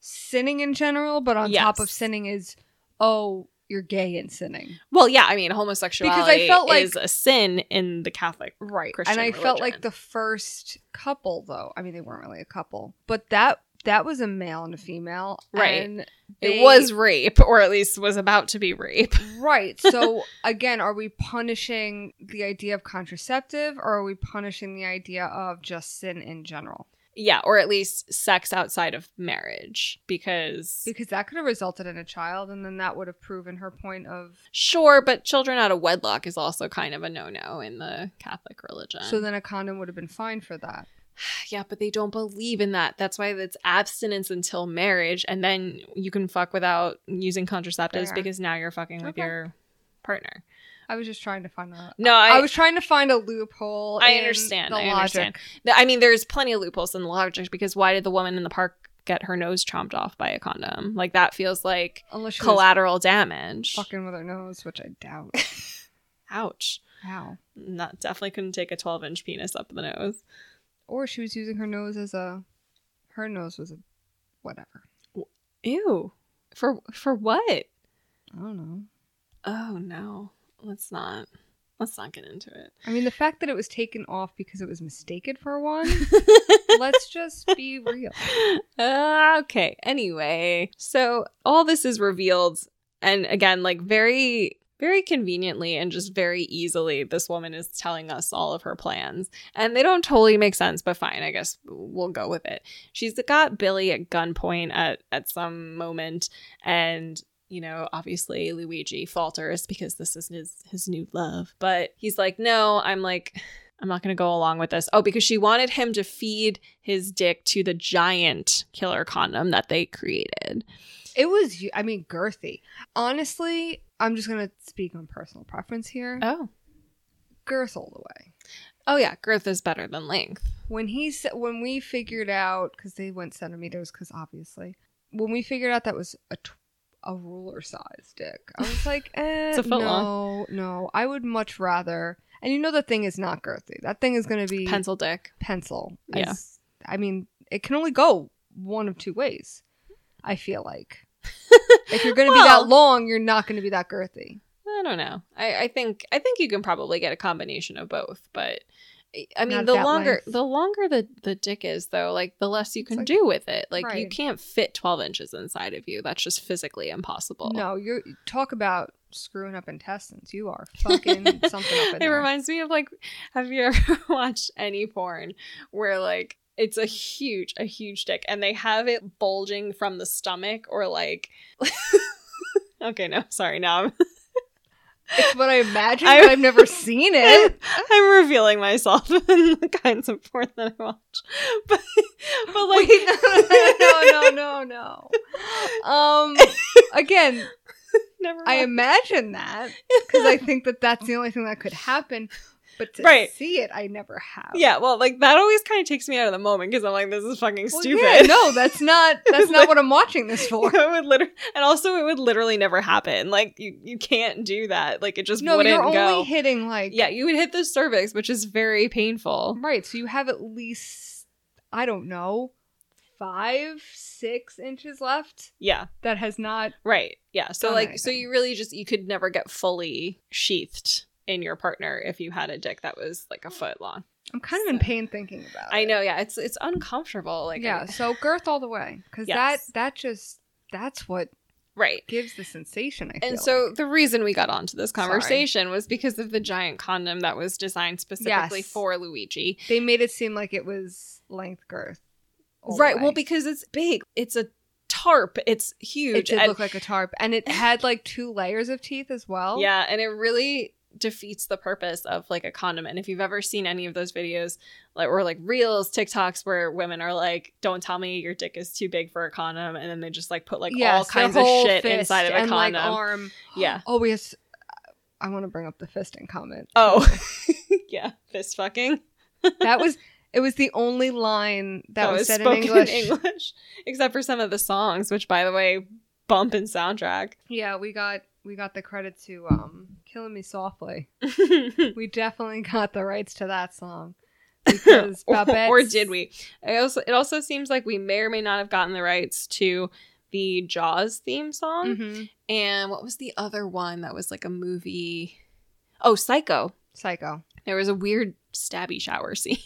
Speaker 2: sinning in general, but on top of
Speaker 1: Yes.
Speaker 2: sinning is oh, you're gay and sinning,
Speaker 1: Well, yeah, I mean, homosexuality
Speaker 2: felt like-
Speaker 1: is a sin in the Catholic.
Speaker 2: right?
Speaker 1: Christian
Speaker 2: and I felt
Speaker 1: religion.
Speaker 2: like the first couple, though. I mean, they weren't really a couple, but that that was a male and a female,
Speaker 1: Right.
Speaker 2: And
Speaker 1: it
Speaker 2: they-
Speaker 1: was rape, or at least was about to be rape.
Speaker 2: Right. So again, are we punishing the idea of contraceptive or are we punishing the idea of just sin in general?
Speaker 1: Yeah, or at least sex outside of marriage, because
Speaker 2: Because that could have resulted in a child and then that would have proven her point of
Speaker 1: sure, but children out of wedlock is also kind of a no-no in the Catholic religion.
Speaker 2: so then a condom would have been fine for that.
Speaker 1: Yeah, but they don't believe in that. That's why it's abstinence until marriage, and then you can fuck without using contraceptives
Speaker 2: Fair.
Speaker 1: because now you're fucking with
Speaker 2: Okay.
Speaker 1: your partner.
Speaker 2: I was just trying to find a
Speaker 1: No,
Speaker 2: I,
Speaker 1: I,
Speaker 2: was trying to find a loophole.
Speaker 1: I
Speaker 2: in
Speaker 1: understand.
Speaker 2: the
Speaker 1: I
Speaker 2: logic.
Speaker 1: understand. Th- I mean, there's plenty of loopholes in the logic because why did the woman in the park get her nose chomped off by a condom? Like that feels like
Speaker 2: Unless she was
Speaker 1: collateral damage.
Speaker 2: fucking with her nose, which I doubt.
Speaker 1: Ouch.
Speaker 2: How?
Speaker 1: Not definitely couldn't take a 12 inch penis up the nose.
Speaker 2: Or she was using her nose as a her nose was a whatever.
Speaker 1: Ew. For for what?
Speaker 2: I don't know.
Speaker 1: Oh no. Let's not. Let's not get into it.
Speaker 2: I mean, the fact that it was taken off because it was mistaken for one. Let's just be real.
Speaker 1: Uh, okay. Anyway, so all this is revealed, and again, like very, very conveniently and just very easily, this woman is telling us all of her plans, and they don't totally make sense, but fine, I guess we'll go with it. She's got Billy at gunpoint at at some moment, and. You know, obviously Luigi falters because this is his his new love. But he's like, no, I'm like, I'm not going to go along with this. Oh, because she wanted him to feed his dick to the giant killer condom that they created.
Speaker 2: It was, I mean, girthy. Honestly, I'm just going to speak on personal preference here.
Speaker 1: Oh.
Speaker 2: Girth all the way.
Speaker 1: Oh, yeah. Girth is better than length.
Speaker 2: When he said, when we figured out, because they went centimeters, because obviously, when we figured out that was a, tw- a ruler size dick, I was like, eh,
Speaker 1: It's a foot
Speaker 2: no,
Speaker 1: long.
Speaker 2: no, I would much rather. And you know, the thing is not girthy. That thing is going to be
Speaker 1: Pencil dick.
Speaker 2: pencil.
Speaker 1: Yeah.
Speaker 2: As- I mean, it can only go one of two ways, I feel like. if you're going to be
Speaker 1: Well-
Speaker 2: that long, you're not going to be that girthy.
Speaker 1: I don't know. I, I think I think you can probably get a combination of both, but I- I mean
Speaker 2: Not
Speaker 1: the
Speaker 2: that
Speaker 1: longer
Speaker 2: length.
Speaker 1: the longer the, the dick is though, like the less you
Speaker 2: It's
Speaker 1: can
Speaker 2: like-
Speaker 1: do with it. Like you
Speaker 2: Right.
Speaker 1: can't fit twelve inches inside of you. That's just physically impossible.
Speaker 2: No, you are talk about screwing up intestines. You are fucking something up in
Speaker 1: it
Speaker 2: there.
Speaker 1: reminds me of like have you ever watched any porn where like it's a huge a huge dick and they have it bulging from the stomach or like okay no sorry now I'm,
Speaker 2: it's what I imagine,
Speaker 1: I-
Speaker 2: but I've never seen it.
Speaker 1: I'm revealing myself in the kinds of porn that i watch but but like
Speaker 2: Wait, no, no, no, no, no. Um, again,
Speaker 1: never
Speaker 2: I
Speaker 1: mind.
Speaker 2: imagine that because I think that that's the only thing that could happen. But to
Speaker 1: Right.
Speaker 2: see it, I never have.
Speaker 1: yeah well like that always kind of takes me out of the moment because i'm like this is fucking
Speaker 2: Well,
Speaker 1: stupid
Speaker 2: yeah, no, that's not that's not what I'm watching this for.
Speaker 1: it would liter- and also it would literally never happen like you you can't do that like it just
Speaker 2: No,
Speaker 1: wouldn't
Speaker 2: you're only
Speaker 1: go
Speaker 2: hitting like
Speaker 1: Yeah, you would hit the cervix, which is very painful.
Speaker 2: right. So you have at least I don't know five six inches left
Speaker 1: Yeah,
Speaker 2: that has not
Speaker 1: right. Yeah. So
Speaker 2: Done
Speaker 1: like so
Speaker 2: anything.
Speaker 1: you really just you could never get fully sheathed in your partner if you had a dick that was like a foot long.
Speaker 2: I'm kind of in
Speaker 1: So-
Speaker 2: pain thinking about.
Speaker 1: I
Speaker 2: it.
Speaker 1: know, Oh, yeah. It's it's uncomfortable. Like
Speaker 2: yeah.
Speaker 1: I-
Speaker 2: So girth all the way because
Speaker 1: Yes.
Speaker 2: that that just that's what
Speaker 1: right.
Speaker 2: gives the sensation. I feel.
Speaker 1: And so the reason we got onto this conversation was because of the giant condom that was designed specifically
Speaker 2: Yes.
Speaker 1: for Luigi.
Speaker 2: they made it seem like it was length girth. all the
Speaker 1: right. Well,
Speaker 2: way.
Speaker 1: because it's big. It's a tarp. It's huge.
Speaker 2: it did
Speaker 1: and-
Speaker 2: look like a tarp, and it had like two layers of teeth as well.
Speaker 1: Yeah, and it really defeats the purpose of like a condom. And if you've ever seen any of those videos, like or like reels, TikToks where women are like, "Don't tell me your dick is too big for a condom," and then they just like put like all
Speaker 2: Yes, their
Speaker 1: kinds of
Speaker 2: whole
Speaker 1: shit
Speaker 2: fist
Speaker 1: inside of a
Speaker 2: and, like,
Speaker 1: condom.
Speaker 2: arm.
Speaker 1: yeah.
Speaker 2: Oh, we have. s- I want to bring up the fisting comment.
Speaker 1: Oh, yeah, fist fucking.
Speaker 2: that was it. Was the only line that, was, said in
Speaker 1: spoken
Speaker 2: English.
Speaker 1: English, except for some of the songs, which by the way, bump in soundtrack.
Speaker 2: Yeah, we got we got the credit to um, "Killing Me Softly." We definitely got the rights to that song because
Speaker 1: or,
Speaker 2: Babette's,
Speaker 1: or did we? I also it also seems like we may or may not have gotten the rights to the Jaws theme song.
Speaker 2: Mhm.
Speaker 1: And what was the other one that was like a movie? Oh, Psycho.
Speaker 2: Psycho.
Speaker 1: There was a weird stabby shower scene.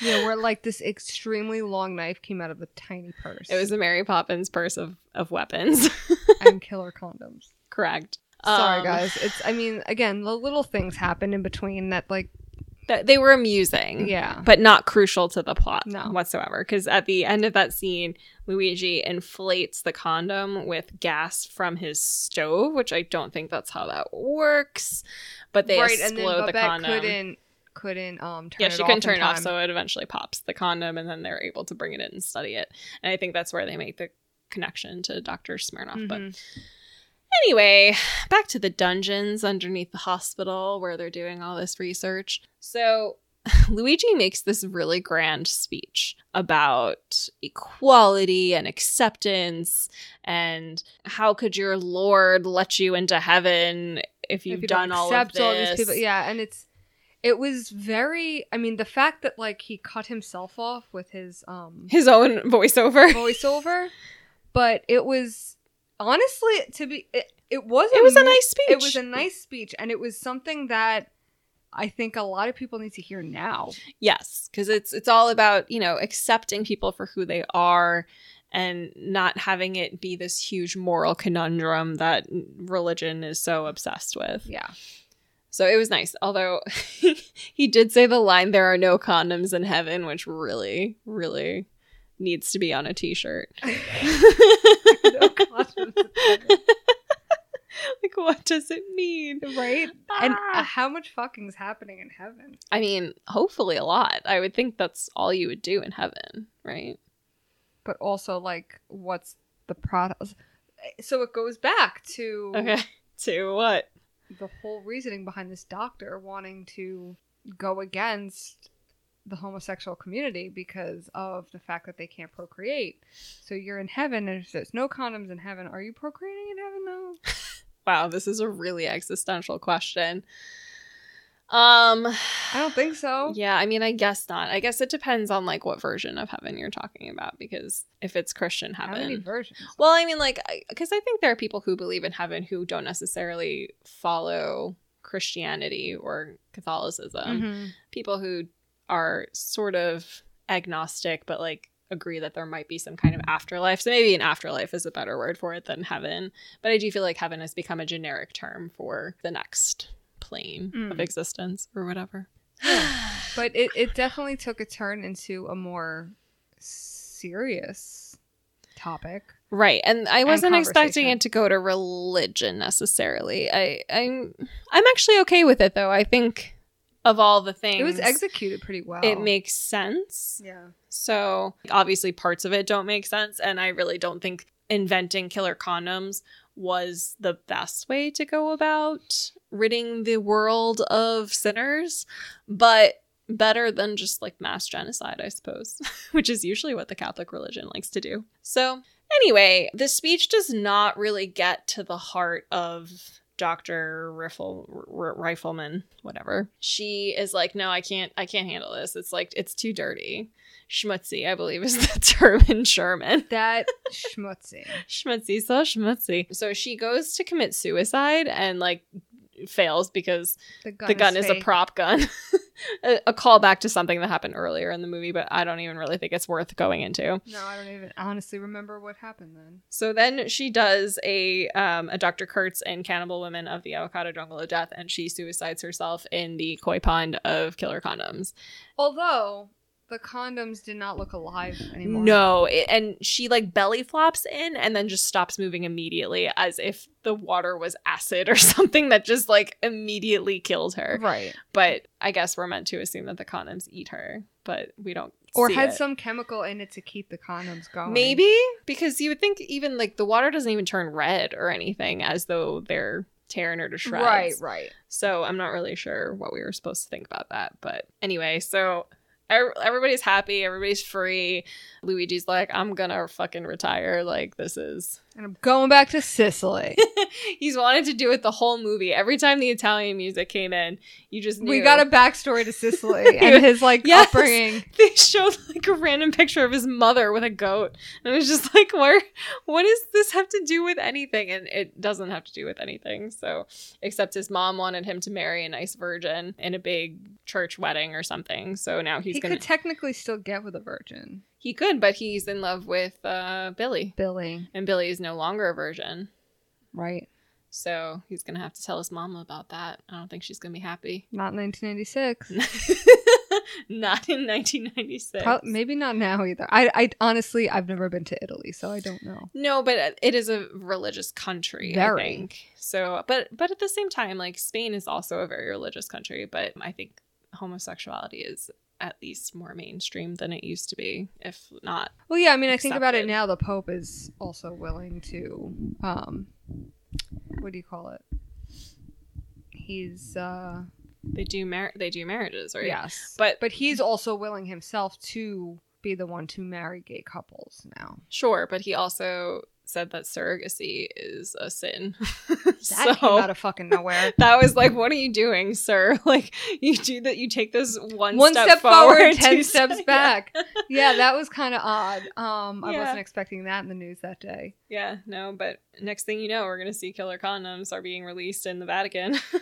Speaker 2: Yeah, where like this extremely long knife came out of a tiny purse.
Speaker 1: it was a Mary Poppins purse of, of weapons.
Speaker 2: and killer condoms.
Speaker 1: Correct.
Speaker 2: Sorry
Speaker 1: Um,
Speaker 2: guys, it's I mean again the little things happen in between that like
Speaker 1: That they were amusing.
Speaker 2: yeah
Speaker 1: But not crucial to the plot
Speaker 2: No.
Speaker 1: whatsoever. Because at the end of that scene, Luigi inflates the condom with gas from his stove, which I don't think that's how that works. But they
Speaker 2: right and then
Speaker 1: explode the
Speaker 2: Babette
Speaker 1: condom.
Speaker 2: couldn't couldn't um turn
Speaker 1: yeah,
Speaker 2: it
Speaker 1: she
Speaker 2: off
Speaker 1: couldn't
Speaker 2: in
Speaker 1: turn it off,
Speaker 2: time.
Speaker 1: so it eventually pops the condom, and then they're able to bring it in and study it. And I think that's where they make the connection to Doctor Smirnoff. But
Speaker 2: Mhm. Mm-hmm.
Speaker 1: anyway, back to the dungeons underneath the hospital where they're doing all this research. So Luigi makes this really grand speech about equality and acceptance and how could your lord let you into heaven if
Speaker 2: If
Speaker 1: you've
Speaker 2: you don't
Speaker 1: done all of
Speaker 2: accept
Speaker 1: this.
Speaker 2: all these people yeah and it's it was very I mean the fact that like he cut himself off with his um
Speaker 1: His own voiceover.
Speaker 2: voiceover but it was honestly to be it, it was
Speaker 1: It was a
Speaker 2: mo-
Speaker 1: nice speech.
Speaker 2: it was a nice speech and it was something that I think a lot of people need to hear now
Speaker 1: Yes, because it's it's all about you know accepting people for who they are, and not having it be this huge moral conundrum that religion is so obsessed with.
Speaker 2: yeah
Speaker 1: So it was nice, although he did say the line "There are no condoms in heaven," which really, really needs to be on a T-shirt.
Speaker 2: No condoms in heaven.
Speaker 1: like, what does it mean?
Speaker 2: right and uh,
Speaker 1: Ah.
Speaker 2: how much fucking's happening in heaven
Speaker 1: I mean, hopefully a lot. I would think that's all you would do in heaven, right?
Speaker 2: but also like what's the product so it goes back to
Speaker 1: Okay. To what?
Speaker 2: the whole reasoning behind this doctor wanting to go against the homosexual community because of the fact that they can't procreate so you're in heaven and if there's no condoms in heaven are you procreating in heaven though
Speaker 1: Wow, this is a really existential question. Um
Speaker 2: i don't think so
Speaker 1: yeah, I mean I guess not. I guess it depends on like what version of heaven you're talking about because if it's Christian
Speaker 2: how many
Speaker 1: heaven.
Speaker 2: versions
Speaker 1: Well, I mean like cuz I think there are people who believe in heaven who don't necessarily follow Christianity or Catholicism.
Speaker 2: Mhm.
Speaker 1: People who are sort of agnostic but like agree that there might be some kind of afterlife. So maybe an afterlife is a better word for it than heaven, but I do feel like heaven has become a generic term for the next plane of
Speaker 2: Mm.
Speaker 1: existence or whatever.
Speaker 2: Yeah. but it, it definitely took a turn into a more serious topic
Speaker 1: Right. And I wasn't expecting
Speaker 2: conversation.
Speaker 1: it to go to religion necessarily. I I'm I'm actually okay with it though. I think of all the things
Speaker 2: it was Oh. executed pretty well
Speaker 1: it makes sense.
Speaker 2: yeah
Speaker 1: So obviously, parts of it don't make sense, and I really don't think inventing killer condoms was the best way to go about ridding the world of sinners, but better than just like mass genocide, I suppose, which is usually what the Catholic religion likes to do. So, anyway, the speech does not really get to the heart of Dr. Riffle R- Rifleman, whatever. She is like, "No, I can't I can't handle this. It's like it's too dirty." Schmutzy, I believe is the term in German.
Speaker 2: that schmutzy
Speaker 1: Schmutzy, so schmutzy. So she goes to commit suicide and like fails because
Speaker 2: the gun,
Speaker 1: the gun is, a
Speaker 2: fake.
Speaker 1: prop gun. a, a callback to something that happened earlier in the movie, but I don't even really think it's worth going into.
Speaker 2: no i don't even honestly remember what happened then
Speaker 1: So then she does a um, a Dr. Kurtz in Cannibal Women of the Avocado Jungle of Death, and she suicides herself in the koi pond of killer condoms.
Speaker 2: although the condoms did not look alive anymore
Speaker 1: No, it, and she like belly flops in and then just stops moving immediately, as if the water was acid or something that just like immediately killed her.
Speaker 2: right
Speaker 1: But I guess we're meant to assume that the condoms eat her, but we don't.
Speaker 2: or
Speaker 1: see
Speaker 2: had
Speaker 1: it.
Speaker 2: some chemical in it to keep the condoms going
Speaker 1: Maybe because you would think even like the water doesn't even turn red or anything as though they're tearing her to shreds.
Speaker 2: right right
Speaker 1: So I'm not really sure what we were supposed to think about that. But anyway, so ev- everybody's happy, everybody's free. Luigi's like, I'm gonna fucking retire. Like this is
Speaker 2: And I'm going back to Sicily.
Speaker 1: He's wanted to do it the whole movie. Every time the Italian music came in, you just knew.
Speaker 2: we got a backstory to Sicily and his like
Speaker 1: Yes.
Speaker 2: upbringing.
Speaker 1: They showed like a random picture of his mother with a goat, and I was just like, "Where? What does this have to do with anything?" And it doesn't have to do with anything. So, except his mom wanted him to marry a nice virgin in a big church wedding or something. So now he's
Speaker 2: he
Speaker 1: gonna.
Speaker 2: could technically still get with a virgin.
Speaker 1: he could, but he's in love with uh, Billy,
Speaker 2: Billy,
Speaker 1: and Billy is no longer a virgin.
Speaker 2: right?
Speaker 1: So he's gonna have to tell his mama about that. I don't think she's gonna be happy.
Speaker 2: Not 1996.
Speaker 1: Not in 1996.
Speaker 2: Pro- maybe not now either. I, I honestly, I've never been to Italy, so I don't know.
Speaker 1: No, but it is a religious country.
Speaker 2: Very.
Speaker 1: I think. So, but but at the same time, like Spain is also a very religious country, but I think homosexuality is at least more mainstream than it used to be, if not.
Speaker 2: Well, yeah, I mean, I think about it
Speaker 1: Accepted.
Speaker 2: now. The Pope is also willing to, um, what do you call it? He's, uh,
Speaker 1: They do mar- they do marriages, right?
Speaker 2: yes,
Speaker 1: But-
Speaker 2: but he's also willing himself to be the one to marry gay couples now.
Speaker 1: Sure, but he also said that surrogacy is a sin.
Speaker 2: That came out of fucking nowhere.
Speaker 1: that was like, what are you doing, sir? Like you do that, you take this one,
Speaker 2: One, step, forward, ten
Speaker 1: two
Speaker 2: steps
Speaker 1: step-
Speaker 2: back. Yeah, that was kind of odd. Um, I
Speaker 1: Yeah.
Speaker 2: wasn't expecting that in the news that day.
Speaker 1: Yeah, no, but next thing you know, we're gonna see killer condoms are being released in the Vatican.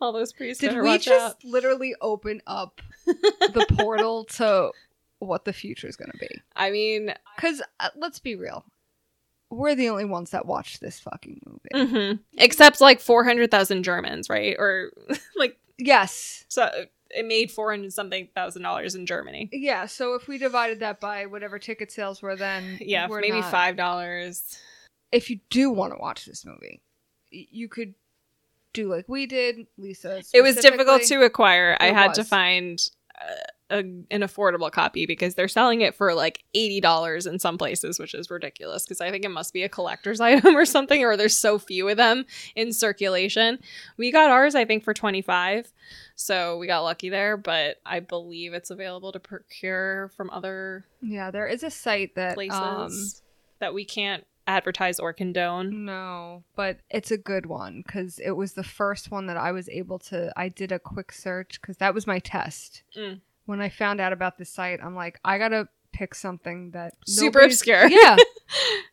Speaker 1: All those priests
Speaker 2: Did
Speaker 1: better
Speaker 2: we
Speaker 1: watch
Speaker 2: just
Speaker 1: out.
Speaker 2: literally open up the portal to what the future is going to be?
Speaker 1: I mean,
Speaker 2: Because uh, let's be real, we're the only ones that watch this fucking movie.
Speaker 1: mhm. except like four hundred thousand Germans, right? Or like
Speaker 2: Yes.
Speaker 1: so it made four hundred something thousand dollars in Germany.
Speaker 2: Yeah. So if we divided that by whatever ticket sales were then,
Speaker 1: Yeah,
Speaker 2: we're
Speaker 1: maybe
Speaker 2: not-
Speaker 1: five dollars.
Speaker 2: If you do want to watch this movie, y- you could do like we did, Lisa.
Speaker 1: It was difficult
Speaker 2: specifically.
Speaker 1: to acquire. I
Speaker 2: It
Speaker 1: had to
Speaker 2: was.
Speaker 1: find. Uh, a, an affordable copy because they're selling it for like $80 in some places which is ridiculous because i think it must be a collector's item or something or there's so few of them in circulation we got ours i think for 25 so we got lucky there but i believe it's available to procure from other
Speaker 2: Yeah, there is a site that
Speaker 1: places
Speaker 2: um,
Speaker 1: that we can't advertise or condone
Speaker 2: No, but it's a good one because it was the first one that I was able to. I did a quick search because that was my test.
Speaker 1: Mm.
Speaker 2: When I found out about this site, I'm like, I gotta pick something that
Speaker 1: Super
Speaker 2: nobody's-
Speaker 1: obscure.
Speaker 2: Yeah,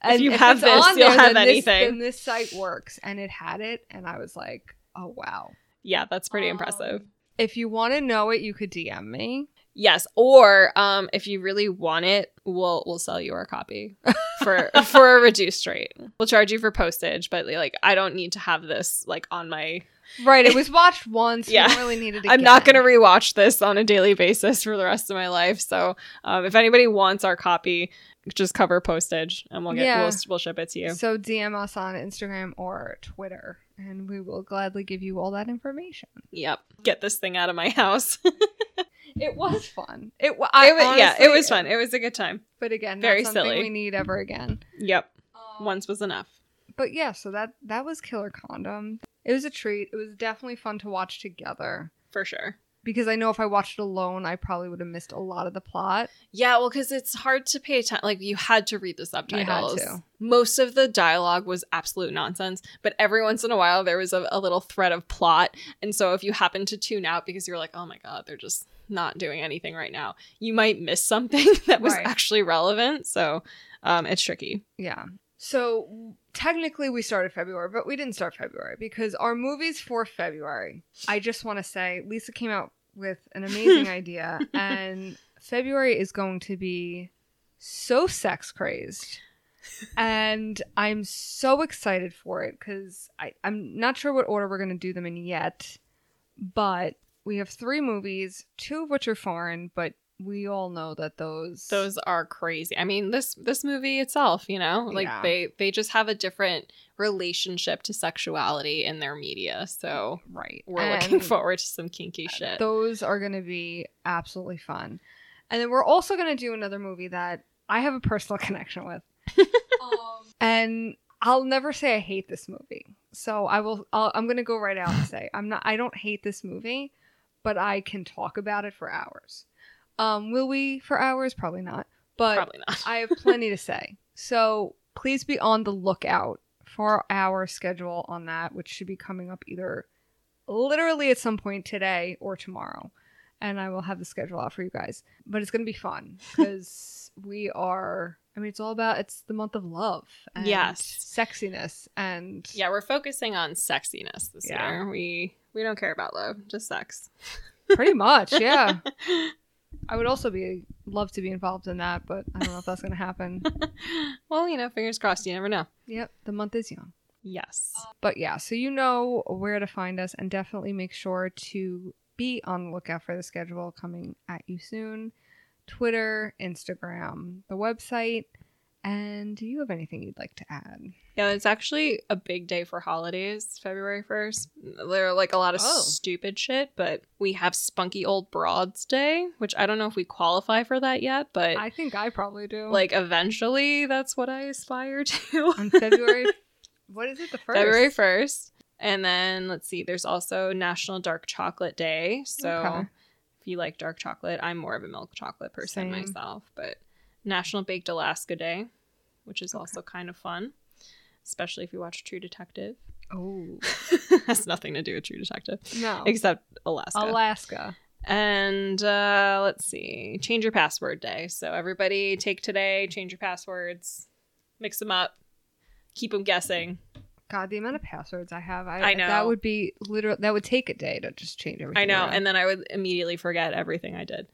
Speaker 1: if you have
Speaker 2: it's
Speaker 1: this
Speaker 2: on
Speaker 1: you'll
Speaker 2: there,
Speaker 1: have
Speaker 2: then this-
Speaker 1: anything
Speaker 2: then this site works, and it had it, and I was like, oh wow,
Speaker 1: yeah that's pretty impressive
Speaker 2: Um, If you want to know it, you could DM me.
Speaker 1: Yes, or um, if you really want it, we'll we'll sell you our copy for for a reduced rate. We'll charge you for postage, but like I don't need to have this like on my.
Speaker 2: Right, it was watched once.
Speaker 1: Yeah.
Speaker 2: we don't really needed.
Speaker 1: I'm not
Speaker 2: again.
Speaker 1: gonna rewatch this on a daily basis for the rest of my life. So um, if anybody wants our copy, just cover postage, and we'll get
Speaker 2: Yeah.
Speaker 1: we'll, we'll ship it to you.
Speaker 2: So DM us on Instagram or Twitter, and we will gladly give you all that information.
Speaker 1: Yep, get this thing out of my house.
Speaker 2: It was fun. It was.
Speaker 1: It wa- yeah, it was fun. It was a good time.
Speaker 2: But again,
Speaker 1: Very
Speaker 2: very not something
Speaker 1: silly.
Speaker 2: We need ever again.
Speaker 1: Yep,
Speaker 2: Um,
Speaker 1: once was enough.
Speaker 2: But yeah, so that that was Killer Condom. It was a treat. It was definitely fun to watch together
Speaker 1: For sure.
Speaker 2: because I know if I watched it alone, I probably would have missed a lot of the plot.
Speaker 1: Yeah, well, because it's hard to pay attention. Like you had to read the subtitles.
Speaker 2: to.
Speaker 1: Most of the dialogue was absolute nonsense, but every once in a while there was a, a little thread of plot. And so if you happen to tune out because you're like, oh my god, they're just not doing anything right now, you might miss something that was
Speaker 2: Right.
Speaker 1: actually relevant. So um, it's tricky.
Speaker 2: Yeah. So technically, we started February, but we didn't start February because our movies for February. I just want to say Lisa came out with an amazing idea, and February is going to be so sex crazed. And I'm so excited for it because I'm not sure what order we're going to do them in yet, but we have three movies, two of which are foreign, but we all know that those
Speaker 1: Those are crazy. I mean, this this movie itself, you know, like
Speaker 2: Yeah.
Speaker 1: they they just have a different relationship to sexuality in their media. So
Speaker 2: right
Speaker 1: we're looking
Speaker 2: And-
Speaker 1: forward to some kinky shit.
Speaker 2: Those are going to be absolutely fun. And then we're also going to do another movie that I have a personal connection with. Um, and I'll never say I hate this movie. So I will I'll, I'm going to go right out and say I'm not I don't hate this movie, but I can talk about it for hours. Um will we for hours? Probably not. But
Speaker 1: Probably not.
Speaker 2: I have plenty to say. So please be on the lookout for our schedule on that, which should be coming up either literally at some point today or tomorrow. And I will have the schedule out for you guys. But it's going to be fun because we are, I mean, it's all about, it's the month of love and
Speaker 1: Yes.
Speaker 2: sexiness and
Speaker 1: Yeah, we're focusing on sexiness this
Speaker 2: Yeah.
Speaker 1: year. We we don't care about love, just sex.
Speaker 2: pretty much, yeah. I would also be love to be involved in that, but I don't know if that's going to happen.
Speaker 1: well, you know, fingers crossed. You never know.
Speaker 2: Yep, the month is young.
Speaker 1: Yes.
Speaker 2: But yeah, so you know where to find us and definitely make sure to be on the lookout for the schedule coming at you soon. Twitter, Instagram, the website. And do you have anything you'd like to add?
Speaker 1: Yeah, it's actually a big day for holidays, February 1st. There are like a lot of
Speaker 2: Oh.
Speaker 1: stupid shit, but we have Spunky Old Broads Day, which I don't know if we qualify for that yet, but
Speaker 2: I think I probably do.
Speaker 1: like eventually that's what I aspire to.
Speaker 2: on February what is it, the first?
Speaker 1: February 1st. And then let's see, there's also National Dark Chocolate Day. So
Speaker 2: Okay.
Speaker 1: if you like dark chocolate, I'm more of a milk chocolate person
Speaker 2: Same.
Speaker 1: myself, but National Baked Alaska Day, which is
Speaker 2: Okay.
Speaker 1: also kind of fun, especially if you watch True Detective.
Speaker 2: Oh.
Speaker 1: has nothing to do with True Detective,
Speaker 2: No.
Speaker 1: except Alaska.
Speaker 2: Alaska.
Speaker 1: and uh, let's see, Change Your Password Day. So everybody, take today, change your passwords, mix them up, keep them guessing.
Speaker 2: God, the amount of passwords I have. I,
Speaker 1: I know.
Speaker 2: That would be literal. That would take a day to just change everything.
Speaker 1: I know,
Speaker 2: around.
Speaker 1: and then I would immediately forget everything I did.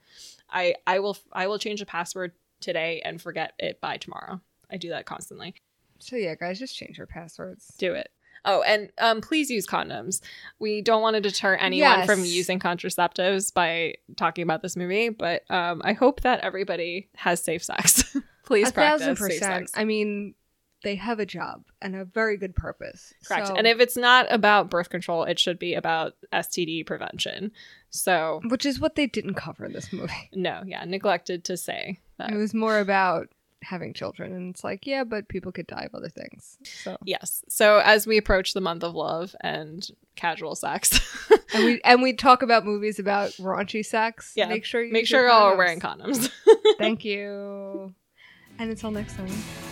Speaker 1: I I will I will change the password today and forget it by tomorrow. I do that constantly.
Speaker 2: so yeah, guys, just change your passwords.
Speaker 1: Do it. Oh, and um, please use condoms. We don't want to deter anyone
Speaker 2: Yes.
Speaker 1: from using contraceptives by talking about this movie, but um, I hope that everybody has safe sex. please
Speaker 2: a
Speaker 1: practice
Speaker 2: thousand
Speaker 1: safe
Speaker 2: percent.
Speaker 1: sex.
Speaker 2: I mean, they have a job and a very good purpose.
Speaker 1: Correct.
Speaker 2: So-
Speaker 1: And if it's not about birth control, it should be about STD prevention. So
Speaker 2: which is what they didn't cover in this movie.
Speaker 1: no, yeah, neglected to say that.
Speaker 2: It was more about having children, and it's like, yeah, but people could die of other things. So
Speaker 1: Yes. So as we approach the month of love and casual sex,
Speaker 2: and we and we talk about movies about raunchy sex.
Speaker 1: Yeah.
Speaker 2: Make sure you
Speaker 1: make
Speaker 2: use
Speaker 1: sure
Speaker 2: your
Speaker 1: y'all are
Speaker 2: condoms.
Speaker 1: wearing condoms.
Speaker 2: Thank you. And until next time.